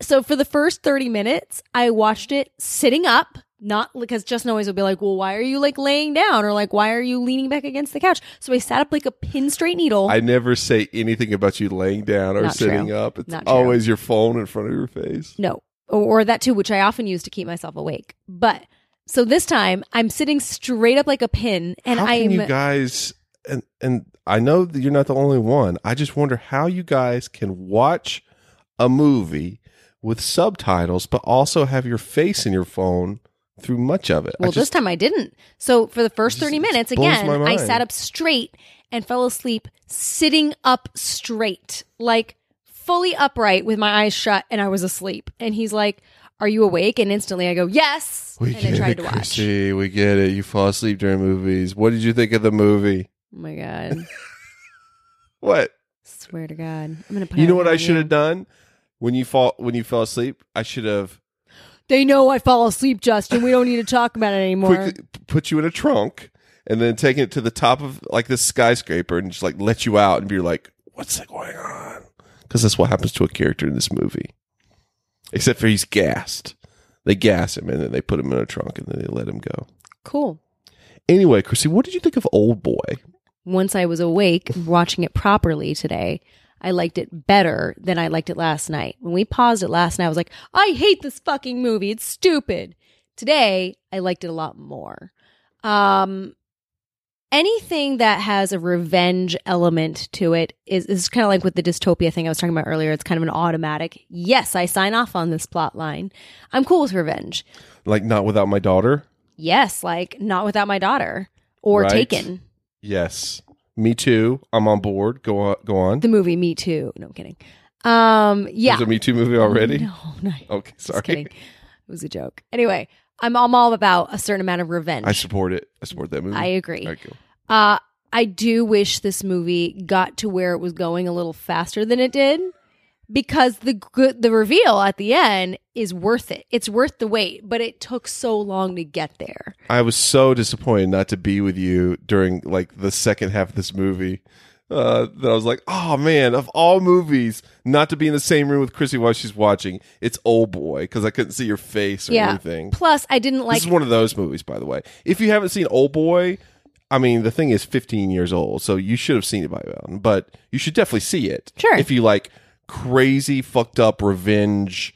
So for the first 30 minutes, I watched it sitting up, not because Justin always would be like, "Well, why are you like laying down?" or like, "Why are you leaning back against the couch?" So I sat up like a pin straight needle.
I never say anything about you laying down or
Oh. Not
sitting
true.
up. It's
Not true.
always your phone in front of your face.
No, or, or that too, which I often use to keep myself awake. But so this time, I'm sitting straight up like a pin, and
how
I'm
can you guys and and I know that you're not the only one. I just wonder how you guys can watch a movie with subtitles but also have your face in your phone through much of it. I
Well, this
just-
time I didn't. So for the first
Just-
30
it
minutes,
blows
again,
my
I
mind.
sat up straight and fell asleep sitting up straight, like fully upright with my eyes shut, and I was asleep. And he's like, Are you awake? And instantly I go, Yes.
we
and
get
I tried
it,
to watch.
Chrissy. We get it. You fall asleep during movies. What did you think of the movie?
Oh my God.
What?
Swear to God. I'm going to put
You
it
know
out
what
here
I
on
should
you.
have done when you fall when you fell asleep? I should have
They know I fall asleep, Justin. We don't need to talk about it anymore.
quickly p- put you in a trunk and then taken it to the top of like this skyscraper and just like let you out and be like, what's going on? Because that's what happens to a character in this movie. Except for he's gassed. They gas him and then they put him in a trunk and then they let him go.
Cool.
Anyway, Chrissy, what did you think of Old Boy?
once I was awake watching it properly today, I liked it better than I liked it last night. When we paused it last night, I was like, I hate this fucking movie. It's stupid. Today, I liked it a lot more. Um, anything that has a revenge element to it is, is kind of like with the dystopia thing I was talking about earlier. It's kind of an automatic, yes, I sign off on this plot line. I'm cool with revenge.
Like, not without my daughter?
Yes, like not without my daughter or
Right.
taken.
Yes. Me too. I'm on board. Go on. Go on.
the movie Me Too. No, I'm kidding. Um, yeah.
There's a Me Too movie already?
No, no.
Okay, sorry.
Just kidding. It was a joke. Anyway, I'm, I'm all about a certain amount of revenge.
I support it. I support that movie.
I agree.
All right, cool.
Uh, I do wish this movie got to where it was going a little faster than it did because the good the reveal at the end is worth it. It's worth the wait, but it took so long to get there.
I was so disappointed not to be with you during like the second half of this movie. Uh, that I was like, oh man, of all movies, not to be in the same room with Chrissy while she's watching, it's Old Boy because I couldn't see your face or
yeah.
anything.
Plus, I didn't like
this is one of those movies, by the way. If you haven't seen Old Boy, I mean, the thing is 15 years old, so you should have seen it by now. But you should definitely see it.
Sure.
If you like crazy, fucked up revenge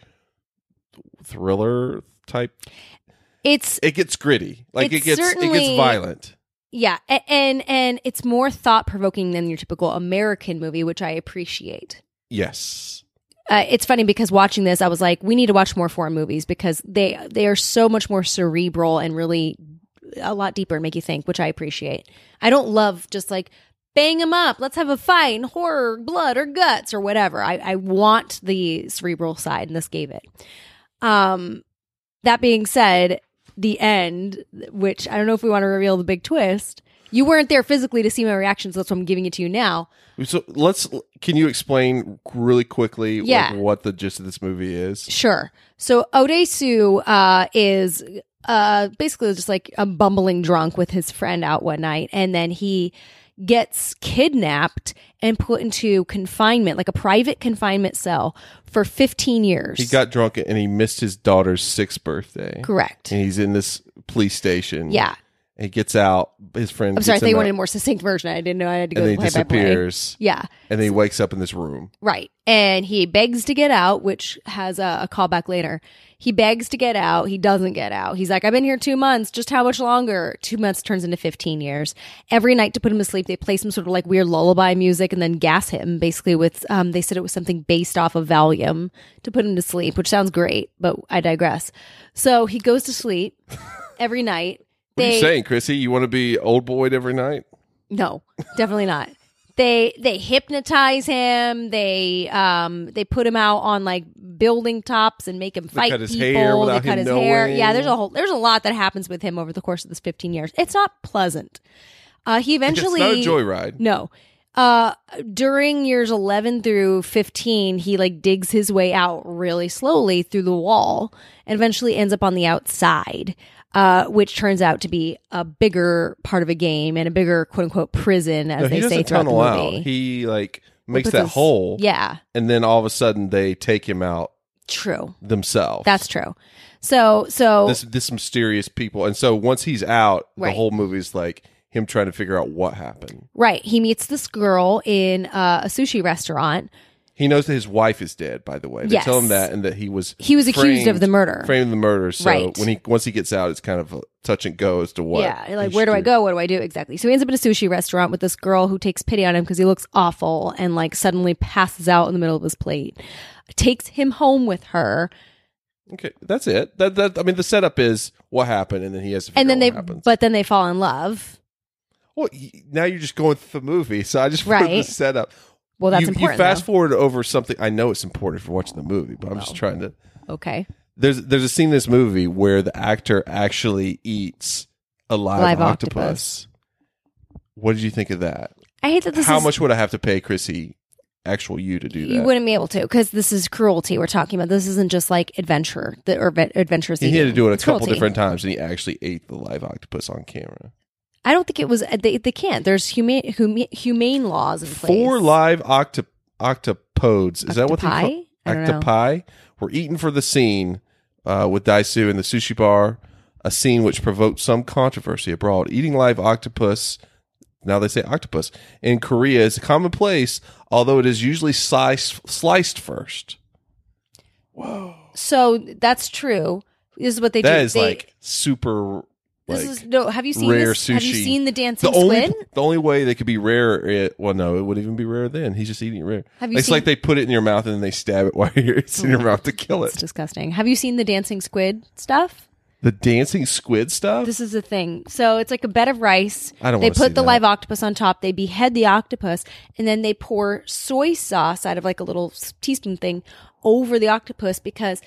thriller type,
it's
it gets gritty. Like
It's
it gets it
certainly-
gets violent.
Yeah, a- and and it's more thought provoking than your typical American movie, which I appreciate.
Yes.
Uh, it's funny because watching this, I was like, we need to watch more foreign movies because they they are so much more cerebral and really a lot deeper and make you think, which I appreciate. I don't love just like bang them up, let's have a fight and horror, blood or guts or whatever. I, I want the cerebral side, and this gave it. Um, that being said, the end, which I don't know if we want to reveal the big twist. You weren't there physically to see my reaction, so that's why I'm giving it to you now.
So let's can you explain really quickly like,
Yeah.
what the gist of this movie is?
Sure. So Odesu uh, is uh, basically just like a bumbling drunk with his friend out one night, and then he gets kidnapped and put into confinement, like a private confignment cell, for 15 years.
He got drunk and he missed his daughter's sixth birthday.
correct.
And he's in this police station.
Yeah.
and he gets out. His friend.
I'm sorry, I
gets
thought you
him
wanted a
out,
more succinct version. I didn't know I had to go
And then he
play by play.
disappears.
Yeah,
And then he wakes up in this room.
right. And he begs to get out, which has a, a callback later. He begs to get out. He doesn't get out. He's like, I've been here two months. Just how much longer? Two months turns into 15 years. Every night to put him to sleep, they play some sort of like weird lullaby music and then gas him basically with, um, they said it was something based off of Valium to put him to sleep, which sounds great, but I digress. So he goes to sleep every night.
What are you
They-
saying, Chrissy? You want to be old boyed every night?
No, definitely not. They they hypnotize him. They um they put him out on like building tops and make him fight
cut his
people.
hair without
they cut
him
his hair.
knowing.
Yeah, there's a whole there's a lot that happens with him over the course of this 15 years. It's not pleasant. Uh, he eventually
it's not a joyride.
no. Uh, during years 11 through 15, he like digs his way out really slowly through the wall and eventually ends up on the outside, uh, which turns out to be a bigger part of a game and a bigger quote unquote prison, as
No,
they
he
say
doesn't
throughout the
tunnel out.
movie.
He like makes
Puts
that
his-
hole.
Yeah,
And then all of a sudden they take him out
true.
themselves.
That's true. So, so
this this mysterious people. And so once he's out, the
Right.
whole movie's like him trying to figure out what happened.
right, he meets this girl in uh, a sushi restaurant.
He knows that his wife is dead, by the way. They
Yes.
tell him that and that he was
He was accused of the murder.
Framed of the murder. So
Right.
when he once he gets out, it's kind of a touch and go as to what
Yeah, like
he
where do
should
I go? What do I do exactly? So he ends up at a sushi restaurant with this girl who takes pity on him because he looks awful and like suddenly passes out in the middle of his plate. Takes him home with her,
Okay. That's it. That that I mean the setup is what happened and then he has to figure
and then
out
they
what happens.
but then they fall in love.
Well, y- now you're just going through the movie, so I just wanted
Right.
to set up.
Well, that's
you,
important,
You fast
though.
forward over something. I know it's important for watching the movie, but I'm just trying to.
Okay,
There's there's a scene in this movie where the actor actually eats a live,
Live
octopus.
octopus.
What did you think of that?
I hate that this.
How
is,
much would I have to pay Chrissy, actual you, to do that?
you wouldn't be able to because this is cruelty we're talking about. This isn't just like adventure the or ve- adventurous.
He had to
eating.
do it a
It's
couple
cruelty.
different times, and he actually ate the live octopus on camera.
I don't think it was. uh, They, they can't. There's humane hum, humane laws in place.
Four live octo- octopodes. Is that what they
Octopi?
call
I don't know.
Octopi were eaten for the scene uh, with Daisu in the sushi bar, a scene which provoked some controversy abroad. Eating live octopus, now they say octopus, in Korea is commonplace, although it is usually sliced, sliced first.
So that's true. This is what they do.
That is
They-
like super.
This
like,
is no. Have you seen
rare
this?
sushi.
Have you seen the dancing
only,
squid?
The only way they could be rare, it, well, no, it wouldn't even be rare then. He's just eating it rare.
Have you
it's like
seen- Oh,
they put it in your mouth and then they stab it while you're, it's in your mouth to kill
It's
it.
disgusting. Have you seen the dancing squid stuff?
The dancing squid stuff.
This is a thing. So it's like a bed of rice.
I don't
They
wanna
put
see
the
that.
live octopus on top. They behead the octopus, and then they pour soy sauce out of like a little s- teaspoon thing over the octopus because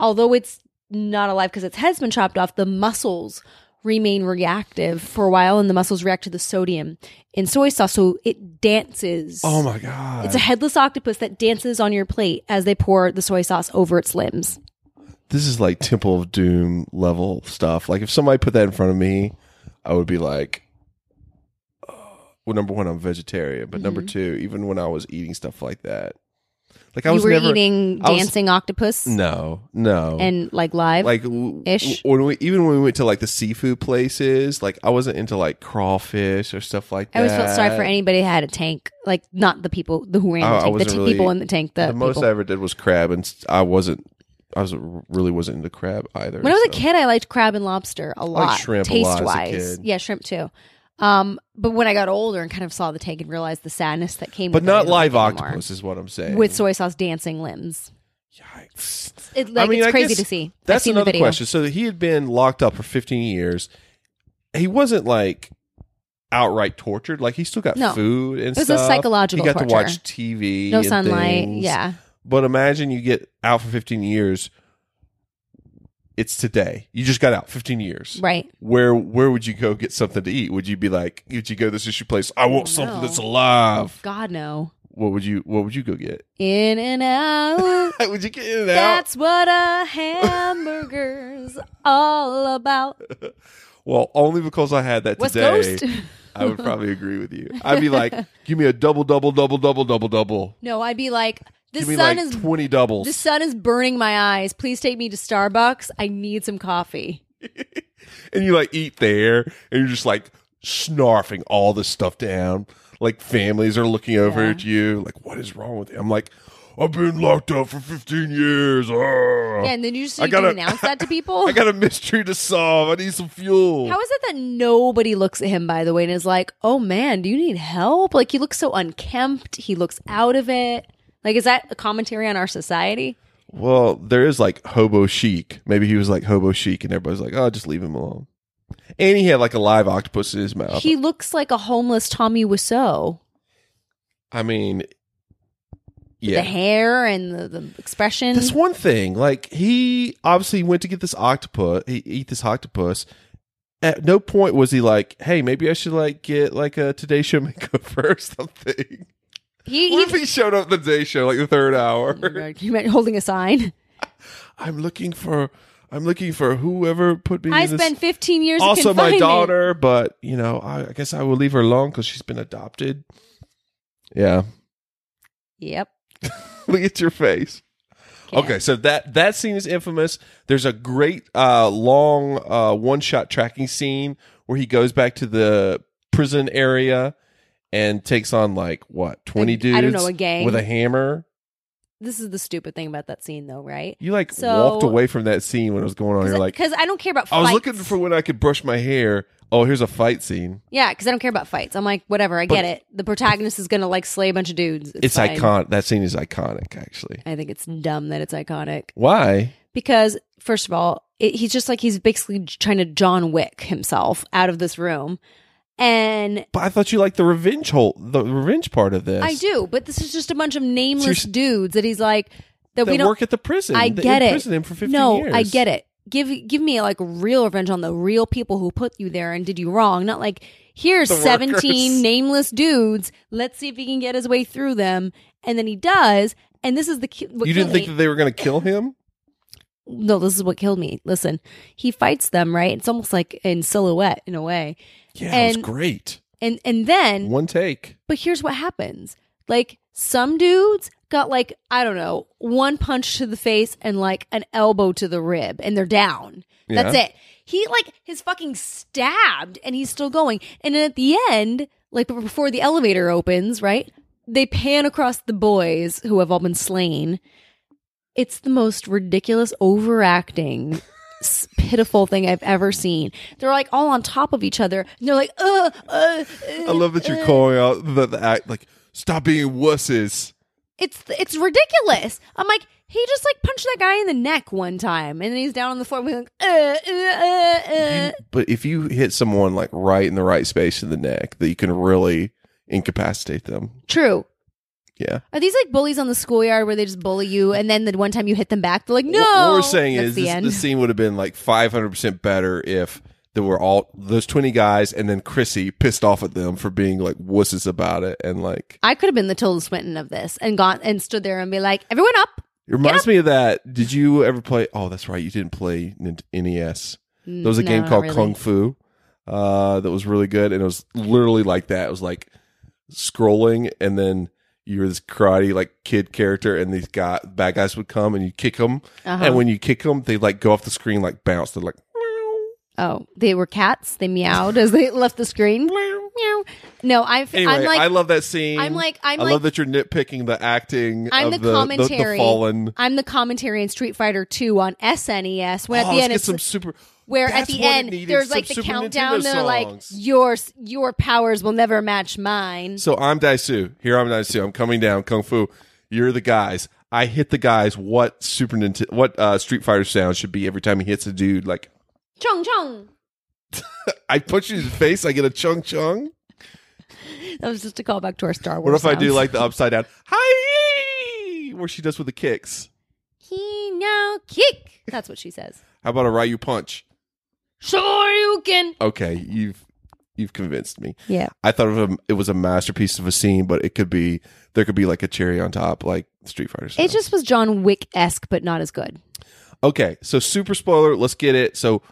although it's not alive because its head's been chopped off, the muscles remain reactive for a while, and the muscles react to the sodium in soy sauce, so it dances.
oh my god!
It's a headless octopus that dances on your plate as they pour the soy sauce over its limbs.
this is like Temple of Doom level stuff. Like if somebody put that in front of me, I would be like. uh, Well, number one, I'm vegetarian, but
Mm-hmm.
number two, even when I was eating stuff like that, like I
you
was
were
never
eating
I was-
dancing octopus
no, no,
and like live.
like w-
Ish.
w- when we even when we went to like the seafood places, like I wasn't into like crawfish or stuff like
I
that. Oh,
always felt sorry for anybody that had a tank. Like not the people the who ran
I- I
the tank, the
wasn't
t-
really-
people in the tank. The,
The most
people.
I ever did was crab, and s- I wasn't, I was really wasn't into crab either.
when I was a
so.
kid, I liked crab and lobster a lot,
shrimp a
taste
lot as a
wise.
kid.
Yeah, shrimp too. Um, but when I got older and kind of saw the tank and realized the sadness that came,
but
with it, I
not
don't
live
like it anymore.
octopus is what I'm saying.
with soy sauce dancing limbs.
Yikes.
It, like, it's crazy
guess
to see. I've
That's
seen the
another
video.
question. So he had been locked up for 15 years. He wasn't like outright tortured. Like he still got
No.
food and
It was a
stuff.
psychological
He got to
torture.
watch TV.
No
and
sunlight.
things.
Yeah.
But imagine you get out for 15 years. It's today. You just got out 15 years.
Right.
Where where would you go get something to eat? Would you be like, would you go to this sushi place? I want something
know.
that's alive.
God no.
What would you what would you go get?
In and out.
would you get in and out?
That's what a hamburger's all about.
Well, only because I had that
West
today.
Coast?
I would probably agree with you. I'd be like, give me a double, double, double, double, double, double.
No, I'd be like, the
Give me
sun
like
is
twenty doubles.
the sun is burning my eyes. Please take me to Starbucks. I need some coffee.
and you like eat there and you're just like snarfing all this stuff down. Like families are looking over
Yeah.
at you, like, what is wrong with you? I'm like, I've been locked up for 15 years. ah."
Yeah, and then you just
I
need to
gotta-
announce that to people.
I got a mystery to solve. I need some fuel.
How is it that nobody looks at him, by the way, and is like, oh man, do you need help? Like, he looks so unkempt. He looks out of it. Like, is that a commentary on our society?
well, there is like hobo chic. Maybe he was like hobo chic, and everybody's like, oh, just leave him alone. And he had like a live octopus in his mouth.
He looks like a homeless Tommy Wiseau.
I mean,
The
yeah.
hair and the, the expression.
That's one thing. Like he obviously went to get this octopus, he eat this octopus. At no point was he like, "Hey, maybe I should like get like a Today Show makeover or something."
he,
What if
he,
he showed up the Today Show like the third hour?
you meant holding a sign.
I'm looking for, I'm looking for whoever put me.
I
in this-
spent 15 years in
also my
confinement.
daughter, but you know, I, I guess I will leave her alone because she's been adopted. Yeah,
Yep.
Look at your face. Okay, so that that scene is infamous. There's a great uh, long uh, one shot tracking scene where he goes back to the prison area and takes on like what twenty
Like,
dudes?
I don't know, a gang.
with a hammer.
This is the stupid thing about that scene, though, right?
You like
So-
walked away from that scene when it was going on. You're like,
Because I don't care about
I
fights.
was looking for when I could brush my hair. Oh, here's a fight scene.
Yeah, because I don't care about fights. I'm like, whatever, I get it. The protagonist is going to like slay a bunch of dudes.
It's
fine.
iconic. That scene is iconic, actually.
I think it's dumb that it's iconic
Why?
because, first of all, it, he's just like, he's basically j- trying to John Wick himself out of this room. And
But I thought you liked the revenge whole the revenge part of this.
I do, but this is just a bunch of
you're
nameless
s-
dudes that he's like, that,
That
we don't
work at the prison.
I
that
get it.
imprisoned him for 15
no,
years.
I get it. Give give me like real revenge on the real people who put you there and did you wrong. Not like here's
The
seventeen
workers.
nameless dudes. Let's see if he can get his way through them. And then he does. And this is the ki- what killed
You didn't think
me.
that they were going to kill him?
no, this is what killed me. Listen, he fights them right. It's almost like in silhouette in a way.
Yeah,
And-
great.
And and then
One take.
But here's what happens. Like some dudes got like, I don't know, one punch to the face and like an elbow to the rib and they're down. That's
Yeah.
it. He like is fucking stabbed and he's still going. And then at the end, like before the elevator opens, right? They pan across the boys who have all been slain. It's the most ridiculous overacting s- pitiful thing I've ever seen. They're like all on top of each other. And they're like, uh, uh, uh,
I love that you're calling out the, the act like stop being wusses.
it's it's ridiculous. I'm like, he just like punched that guy in the neck one time, and then he's down on the floor. We're like, uh, uh, uh, uh.
But if you hit someone like right in the right space in the neck, that you can really incapacitate them.
true.
Yeah.
Are these like bullies on the schoolyard where they just bully you, and then the one time you hit them back, they're like, no.
What, what we're saying
That's
is
the
this,
end.
this scene would have been like 500% better if there were all those 20 guys and then Chrissy pissed off at them for being like wusses about it and like
I could have been the Tilda Swinton of this and gone and stood there and be like, everyone up.
It reminds me of that. Did you ever play? Oh, that's right. You didn't play N- NES. There was a
Mm, no,
game
not
called
really.
Kung Fu uh, that was really good, and it was literally like that. It was like scrolling, and then you were this karate like kid character, and these guy bad guys would come, and you kick them,
Uh-huh.
and when you kick them, they like go off the screen like bounce. They're like,
Oh, they were cats. They meowed as they left the screen. Meow. no, I.
anyway.
I'm like,
I love that scene.
I'm like- I'm
I
like-
love that you're nitpicking the acting.
I'm
of
the, commentary.
The, fallen.
I'm the commentary in Street Fighter 2 on SNES. When
Oh,
at the
let's
end,
get
it's
some super.
where
That's
at the
what it
end
needed,
there's
some
like the
Super
countdown.
Nintendo
They're like
songs.
your your powers will never match mine.
So I'm Daisu. Here I'm Daisu. I'm coming down. Kung Fu. You're the guys. I hit the guys. What Super Nintendo, what uh, Street Fighter sound should be every time he hits a dude? Like
Chung chung.
I punch you in the face. I get a chung chung.
That was just a callback to our Star Wars.
What if I do
sounds.
like the upside down? Hi, where she does with the kicks.
he now kick? That's what she says.
How about a Ryu punch?
Sure you can.
Okay, you've you've convinced me.
Yeah.
I thought of a, it was a masterpiece of a scene, but it could be there could be like a cherry on top, like Street Fighter.
It
sound.
just was John Wick esque, but not as good.
Okay, so super spoiler. Let's get it. So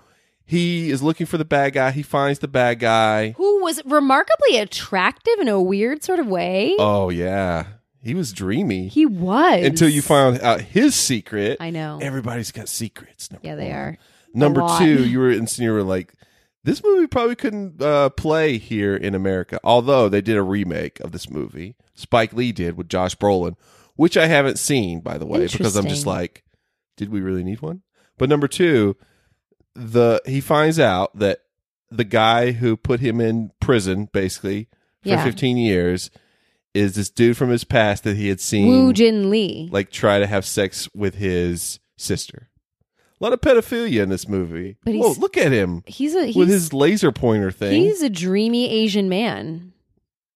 he is looking for the bad guy. He finds the bad guy.
Who was remarkably attractive in a weird sort of way.
Oh yeah, he was dreamy
he was
until you found out his secret.
I know.
Everybody's got secrets. number
Yeah, they
one.
are.
Number
lot.
two, you were insinuating you were like, this movie probably couldn't uh, play here in America. Although they did a remake of this movie, Spike Lee did with Josh Brolin, which I haven't seen by the way, because I'm just
Interesting.
like, did we really need one? But number two, the he finds out that the guy who put him in prison basically for
Yeah.
15 years is this dude from his past that he had seen
Wu Jin Lee.
like try to have sex with his sister. A lot of pedophilia in this movie.
But
Whoa,
he's-
look at him
he's a he's,
with his laser pointer thing.
he's a dreamy Asian man.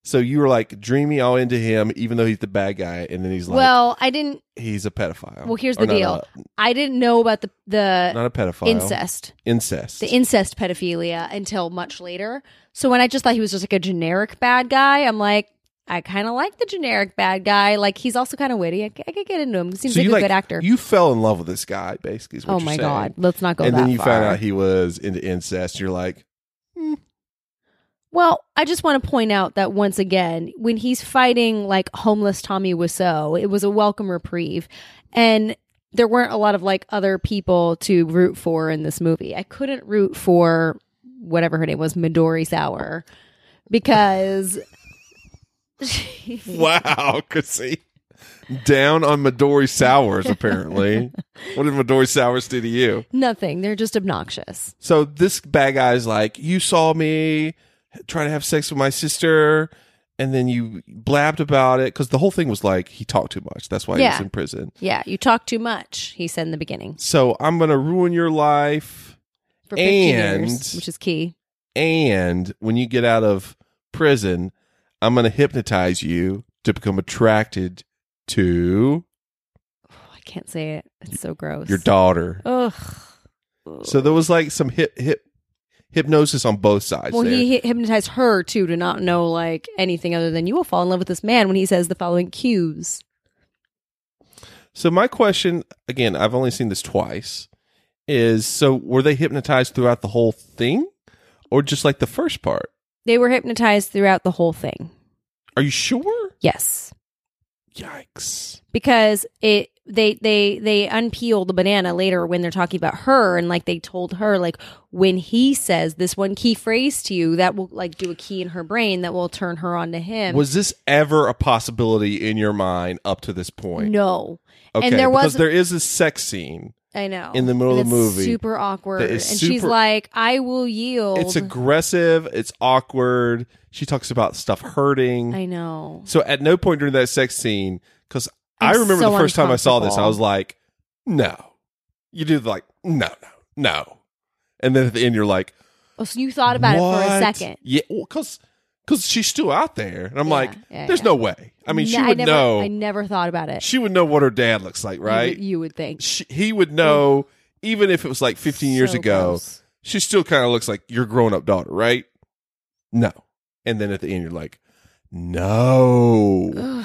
So you were like dreamy all into him, even though he's the bad guy, and then he's like, oh,
well, I didn't.
he's a pedophile.
Well, here's
Or
the
not
deal. I didn't know about the
A,
the
not a pedophile.
incest,
Incest.
the incest pedophilia until much later. So when I just thought he was just like a generic bad guy, I'm like. I kind of like the generic bad guy. Like he's also kind of witty. I, c- I could get into him. He seems
so
like
you
a
like
good actor.
you fell in love with this guy, basically. Is what
oh
you're
my
saying.
god, let's not go.
and
that
then you
far.
found out he was into incest. You're like,
Well, I just want to point out that once again, when he's fighting like homeless Tommy Wiseau, it was a welcome reprieve, and there weren't a lot of like other people to root for in this movie. I couldn't root for whatever her name was, Midori Sour, because
wow, Chrissy. Down on Midori Sours, apparently. what did Midori Sours do to you?
nothing. They're just obnoxious.
So this bad guy's like, you saw me try to have sex with my sister, and then you blabbed about it because the whole thing was like he talked too much. That's why he
Yeah.
was in prison.
Yeah, you talk too much. He said in the beginning
So I'm gonna ruin your life,
for 15
And-
years, which is key.
and when you get out of prison, I'm gonna hypnotize you to become attracted to
Oh, I can't say it. It's so gross.
your daughter.
Ugh. Oh.
So there was like some hip hip hypnosis on both sides.
Well,
there.
he hy- hypnotized her too to not know like anything other than you will fall in love with this man when he says the following cues.
So my question again, I've only seen this twice, is so were they hypnotized throughout the whole thing or just like the first part?
They were hypnotized throughout the whole thing.
Are you sure?
Yes,
Yikes.
because it they they they unpeel the banana later when they're talking about her and like they told her like when he says this one key phrase to you that will like do a key in her brain that will turn her on to him.
Was this ever a possibility in your mind up to this point?
no,
Okay,
and there
because
was
there is a sex scene.
I know
in the middle
And
of the
it's
movie
super awkward,
that
and
is
she's
super-
like, "I will yield."
It's aggressive, it's awkward. She talks about stuff hurting.
I know.
So at no point during that sex scene, because I
I'm
remember
so
the first time I saw this, I
uncomfortable.
was like, no. You do the, like, no, no, no. And then at the end, you're like,
Oh, so you thought about it for a
"What?"
second.
Yeah, because because she's still out there. And I'm
Yeah,
like,
yeah,
there's
yeah.
no way. I mean, she
No,
would
never,
know.
I never thought about it.
she would know what her dad looks like,
You would-
right?
You, would think.
she, he would know, even if it was like 15 years
So
ago,
gross.
she still kind of looks like your grown up daughter, right? No. And then at the end, you're like, no.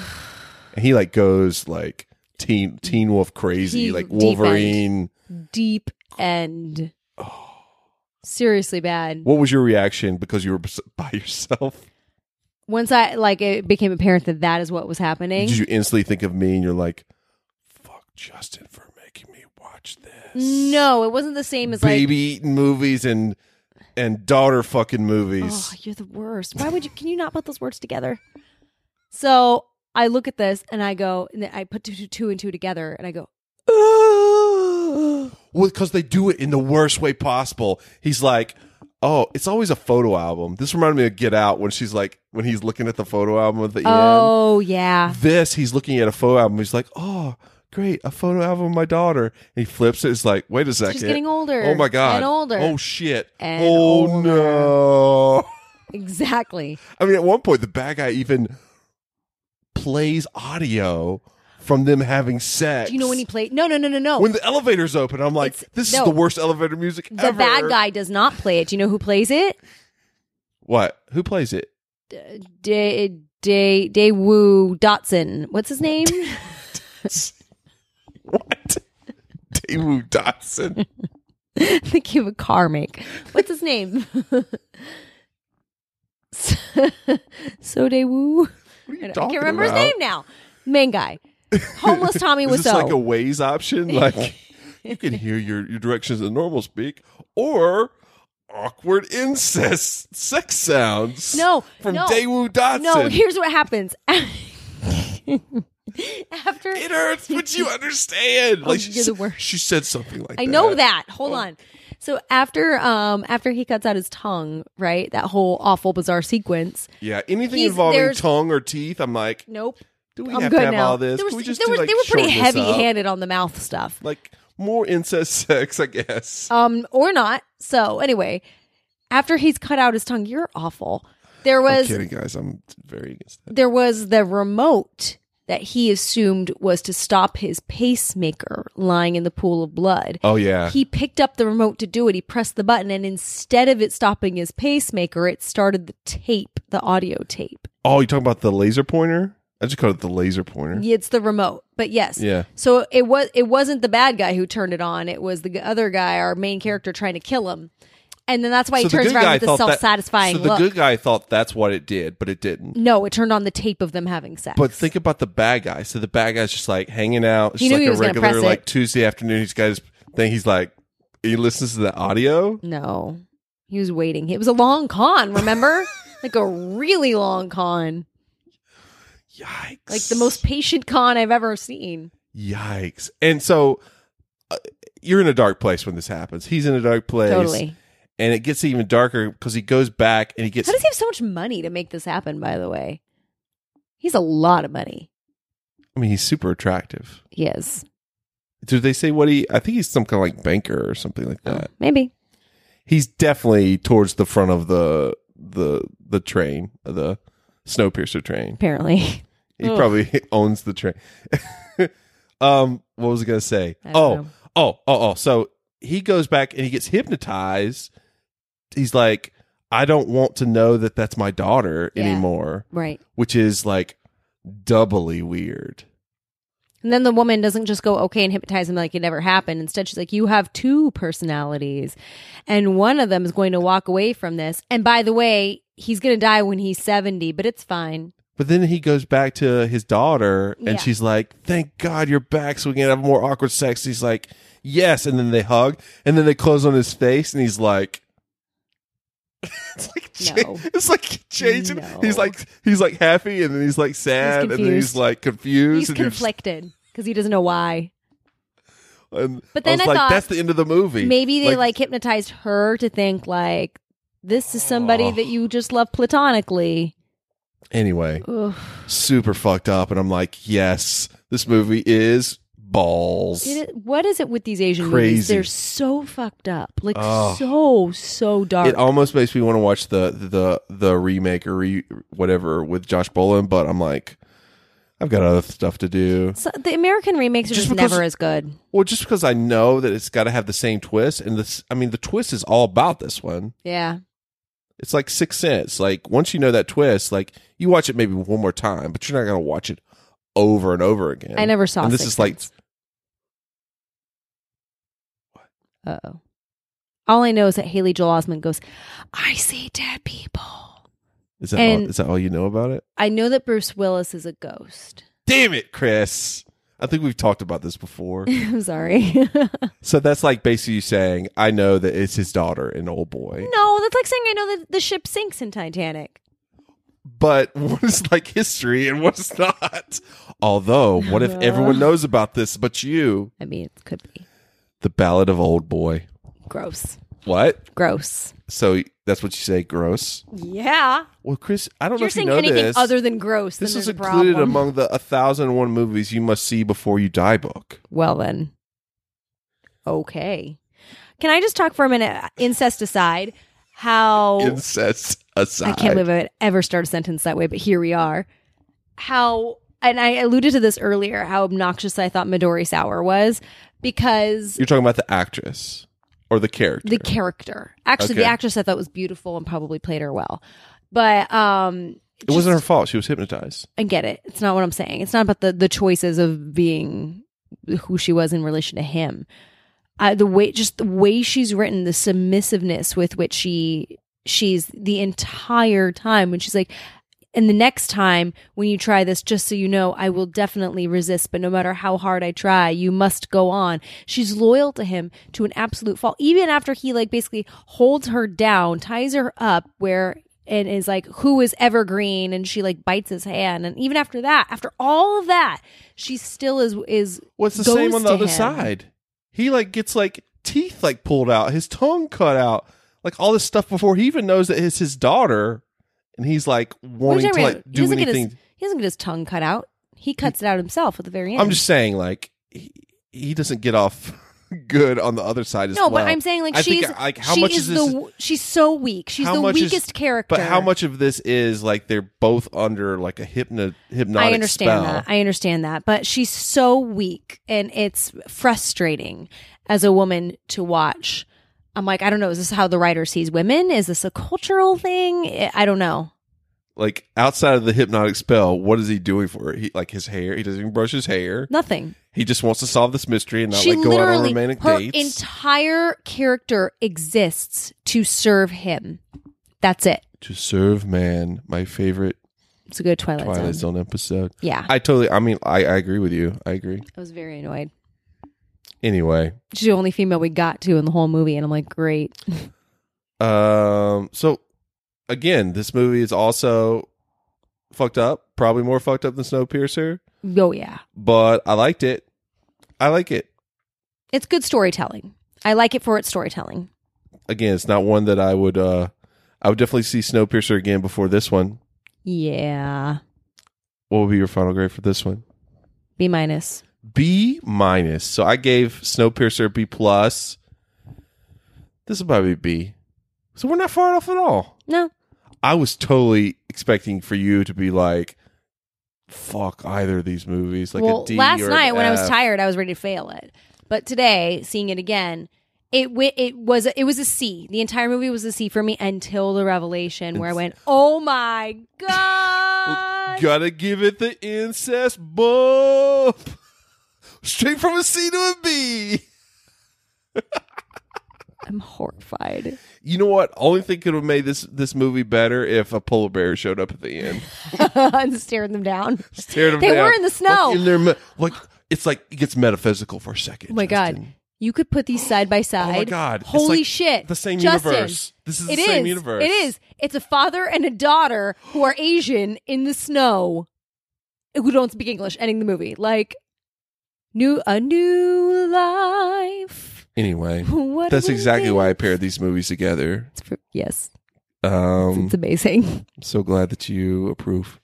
and he like goes like teen Teen Wolf crazy,
He
like
deep
Wolverine.
Deep end.
oh.
Seriously bad.
What was your reaction because you were bes- by yourself?
Once I like it became apparent that that is what was happening.
Did you instantly think of me and you're like, fuck Justin for making me watch this?
no, it wasn't the same as
Baby eating movies and and daughter fucking
like.
movies.
Oh, you're the worst. Why would you? Can you not put those words together? So I look at this and I go, and then I put two, two, two and two together, and I go,
well, because they do it in the worst way possible. He's like, oh, it's always a photo album. This reminded me of Get Out when she's like, when he's looking at the photo album at the end.
oh yeah,
This, he's looking at a photo album. He's like, oh, great, a photo album of my daughter. And he flips it. It's like, wait a second.
getting older
Oh my god,
and older
Oh shit.
and
oh
older."
no.
exactly.
I mean, at one point, the bad guy even plays audio from them having sex.
Do you know when he played? No, no, no, no, no.
when the elevator's open, I'm like,
It's-
this
no.
is the worst elevator music
the
ever.
bad guy does not play it. Do you know who plays it?
What? Who plays it?
Day Day Day Woo Dotson. What's his name?
What? Daewoo Dotson.
I think you have a car make. What's his name? so Day Woo. I
you
can't
talking
remember his
about?
name now. Main guy, homeless Tommy
Is this like a
Wiseau.
ways option? Like you can hear your, your directions in normal speak or awkward incest sex sounds.
No,
from
no.
Daewoo Dotson.
No, here's what happens. After
it hurts, but you understand. Like she,
Oh, you're the
said-
worst.
she said something like
I know that.
Oh.
Hold on. So after um after he cuts out his tongue, right? That whole awful bizarre sequence.
Yeah, anything
He's-
involving
there's-
tongue or teeth, I'm like,
Nope.
do we
I'm
have
good
to have
now.
all this?
There was,
Can we just
there
do,
was,
like,
they were pretty
shorten this up?
heavy-handed on the mouth stuff.
Like more incest sex, I guess.
um or not so anyway after he's cut out his tongue you're awful there
I'm
was
kidding, guys. I'm very against that.
there was the remote that he assumed was to stop his pacemaker lying in the pool of blood
Oh yeah,
he picked up the remote to do it he pressed the button and instead of it stopping his pacemaker it started the tape the audio tape
Oh, you talking about the laser pointer? I just called it the laser pointer.
it's the remote but yes
Yeah.
so it was it wasn't the bad guy who turned it on it was the g- other guy our main character trying to kill him and then that's why he turns around with the
that-
self-satisfying
so the
look.
good guy thought that's what it did, but it didn't.
No, it turned on the tape of them having sex.
But think about the bad guy. So the bad guy's just like hanging out. It's
He
just
knew he
like a
was gonna
regular
press
like
it.
Tuesday afternoon. He's got his thing. He's like he listens to the audio.
no, he was waiting. It was a long con, remember? like a really long con,
Yikes!
like the most patient con I've ever seen.
yikes. And so uh, you're in a dark place when this happens. He's in a dark place.
Totally.
And it gets even darker because he goes back and he gets
How does he have so much money to make this happen? By the way, he's a lot of money.
I mean, he's super attractive.
He is
Do they say what he? I think he's some kind of like banker or something like that.
maybe.
He's definitely towards the front of the the the train, the Snowpiercer train.
Apparently,
He
Ugh.
probably owns the train. um, what was I gonna say?
I don't
Oh,
know.
oh, oh, oh. So he goes back and he gets hypnotized. He's like, I don't want to know that that's my daughter
Yeah.
anymore,
right.
which is like doubly weird.
And then the woman doesn't just go okay and hypnotize him like it never happened. Instead, she's like, "You have two personalities, and one of them is going to walk away from this. And by the way, he's going to die when he's seventy, but it's fine.
But then he goes back to his daughter and
Yeah.
she's like, Thank God you're back so we can have more awkward sex. He's like, Yes. And then they hug and then they close on his face and he's like, it's like, cha-
No.
it's like changing.
No.
He's like, he's like happy, and then he's like sad, and then he's
confused.
like confused.
He's
and you're just-
conflicted because he doesn't know why.
and
But then
was
I
like,
thought
that's the end of the movie.
Maybe they like, hypnotized her to think like this is somebody that you just love platonically.
anyway,
Ugh,
super fucked up. And I'm like, yes, this movie is balls.
It is- what is it with these Asian movies?
Crazy.
They're so fucked up, like
Oh.
so so dark.
It almost makes me want to watch the the the remake or re, whatever with Josh Brolin, but I'm like, I've got other stuff to do.
So- the American remakes are
Just
just,
because-
never as good.
Well, just because I know that it's got to have the same twist, and this, I mean, the twist is all about this one.
Yeah.
It's like Six Sense. Like once you know that twist, like you watch it maybe one more time, but you're not gonna watch it over and over again.
I never saw
And this
Sixth
is like,
Sense. Uh oh. All I know is that Haley Joel Osment goes, I see dead people.
is that
And-
all, is that all you know about it?
I know that Bruce Willis is a ghost.
Damn it, Chris! I think we've talked about this before.
I'm sorry.
so that's like basically you saying, I know that it's his daughter, an old boy.
no, that's like saying I know that the ship sinks in Titanic.
but what is like history and what's not? Although, what if everyone knows about this but you?
I mean, it could be.
The Ballad of Old Boy.
Gross.
What?
Gross.
So that's what you say, gross.
Yeah.
Well, Chris, I don't know
You're
if you
saying
know
anything
this.
other than gross.
this
then
is
there's a
included
problem.
among the a thousand and one movies you must see before you die book.
Well, then. Okay. Can I just talk for a minute, incest aside, how.
Incest aside.
Oh. I can't believe I would ever start a sentence that way, but here we are. How, and I alluded to this earlier, how obnoxious I thought Midori Sour was because
You're talking about the actress or the character.
the character, actually, the
Okay.
actress I thought was beautiful and probably played her well. But, um,
it wasn't her fault. She was hypnotized.
I get it. It's not what I'm saying. It's not about the, the choices of being who she was in relation to him. Uh, the way, just the way she's written, the submissiveness with which she she's the entire time when she's like, And the next time when you try this, just so you know, I will definitely resist. But no matter how hard I try, you must go on. She's loyal to him to an absolute fault. Even after he like basically holds her down, ties her up where and is like, who is evergreen? And she like bites his hand. And even after that, after all of that, she still is is
What's the
goes
same on the
to
other
him.
side? He like gets like teeth like pulled out, his tongue cut out, like all this stuff before he even knows that it's his daughter, and he's like
Which
wanting
I
to
mean,
like do
get his,
anything.
he doesn't get his tongue cut out. He cuts it out himself at the very end.
I'm just saying, like he, he doesn't get off good on the other side as
no,
well.
but I'm saying like
I think,
she's
like how
she
much
is,
is this?
the w- she's so weak. She's
how
the
much is-
weakest character.
But how much of this is like they're both under like a hypno hypnotic
I understand
spell?
that. I understand that. But she's so weak and it's frustrating as a woman to watch. I'm like, I don't know. Is this how the writer sees women? Is this a cultural thing? I- I don't know.
like outside of the hypnotic spell, what is he doing for it? He like his hair. He doesn't even brush his hair.
Nothing.
He just wants to solve this mystery and not
she
like go out on
literally,
romantic
her
dates.
entire character exists to serve him. That's it.
to serve man, my favorite
It's a good Twilight, Zone.
Twilight Zone episode.
Yeah, I,
I totally. I mean, I, I agree with you. I agree.
was very annoyed.
Anyway,
She's the only female we got to in the whole movie, and I'm like, great.
um, so again, this movie is also fucked up. Probably more fucked up than Snowpiercer,
Oh yeah,
but I liked it. I like it.
it's good storytelling. I like it for its storytelling.
Again, it's not one that I would. uh I would definitely see Snowpiercer again before this one.
Yeah,
What would be your final grade for this one?
B minus.
B minus. So I gave Snowpiercer a B plus. This will probably be B. So we're not far off at all.
No,
I was totally expecting for you to be like, "Fuck either of these movies." Like
well,
a D
last
or an
night when I was
F.
tired, I was ready to fail it. But today, seeing it again, it wi- it was it was a C. The entire movie was a C for me until the revelation where I went, "Oh my god!"
Gotta give it the incest bump. Straight from a C to a B.
I'm horrified.
You know what? Only thing could have made this this movie better if a polar bear showed up at the end.
and staring them down.
Stared him
They
down.
were in the snow.
Look in their me- look, it's like it gets metaphysical for a second.
Oh my god.
Justin.
You could put these side by side.
Oh my god! It's
Holy
like
shit.
The same
Justin,
universe. This is the
it
same
is.
universe.
It is. It's a father and a daughter who are Asian in the snow who don't speak English ending the movie. Like new a new life.
Anyway,
What
that's
will
exactly
be-
why I paired these movies together.
It's for- yes.
Um,
It's amazing.
I'm so glad that you approve.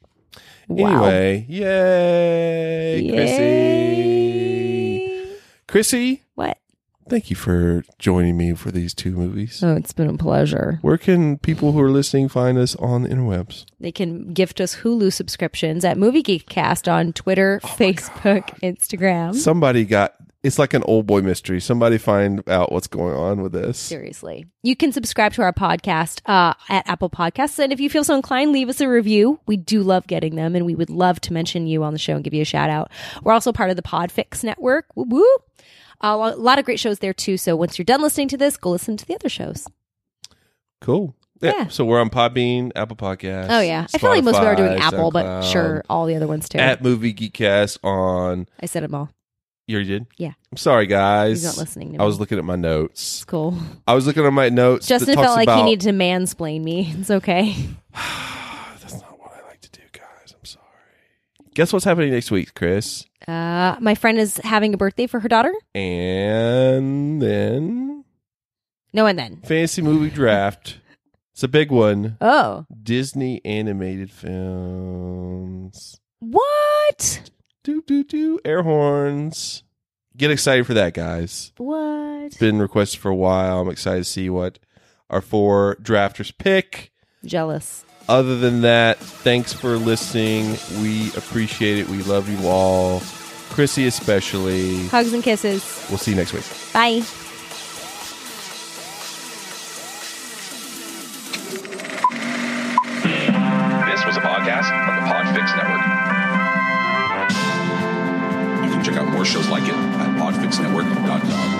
Wow.
Anyway, yay, Chrissy!
Yay.
Chrissy,
What?
thank you for joining me for these two movies.
Oh, it's been a pleasure.
Where can people who are listening find us on the interwebs?
They can gift us Hulu subscriptions at Movie Geekcast on Twitter,
Oh
Facebook, Instagram.
Somebody got it's like an old boy mystery. Somebody find out what's going on with this.
Seriously. You can subscribe to our podcast uh, at Apple Podcasts. And if you feel so inclined, leave us a review. We do love getting them, and we would love to mention you on the show and give you a shout out. We're also part of the Podfix Network. Woo woo. A lo- lot of great shows there, too. So once you're done listening to this, go listen to the other shows.
Cool. Yeah.
Yeah.
So we're on Podbean, Apple Podcasts.
Oh, yeah. I feel like most of
Spotify,
them are doing Apple, but
SoundCloud,
sure, all the other ones, too.
At Movie Geekcast on
I said them all.
you already did?
Yeah.
I'm sorry guys.
He's not listening to
I was
me.
looking at my notes.
It's cool.
I was looking at my notes. that
Justin
talks
felt like
about-
he needed to mansplain me. It's okay.
That's not what I like to do, guys. I'm sorry. Guess what's happening next week, Chris?
Uh, my friend is having a birthday for her daughter.
And then
No, and then.
fantasy movie draft. It's a big one.
Oh.
Disney animated films.
What?
Do do do air horns. Get excited for that, guys.
What?
It's been requested for a while. I'm excited to see what our four drafters pick.
Jealous.
Other than that, thanks for listening. We appreciate it. We love you all. Chrissy especially.
Hugs and kisses.
We'll see you next week.
Bye.
This was a podcast from the Podfix Network. You can check out more shows like it at podfixnetwork.com.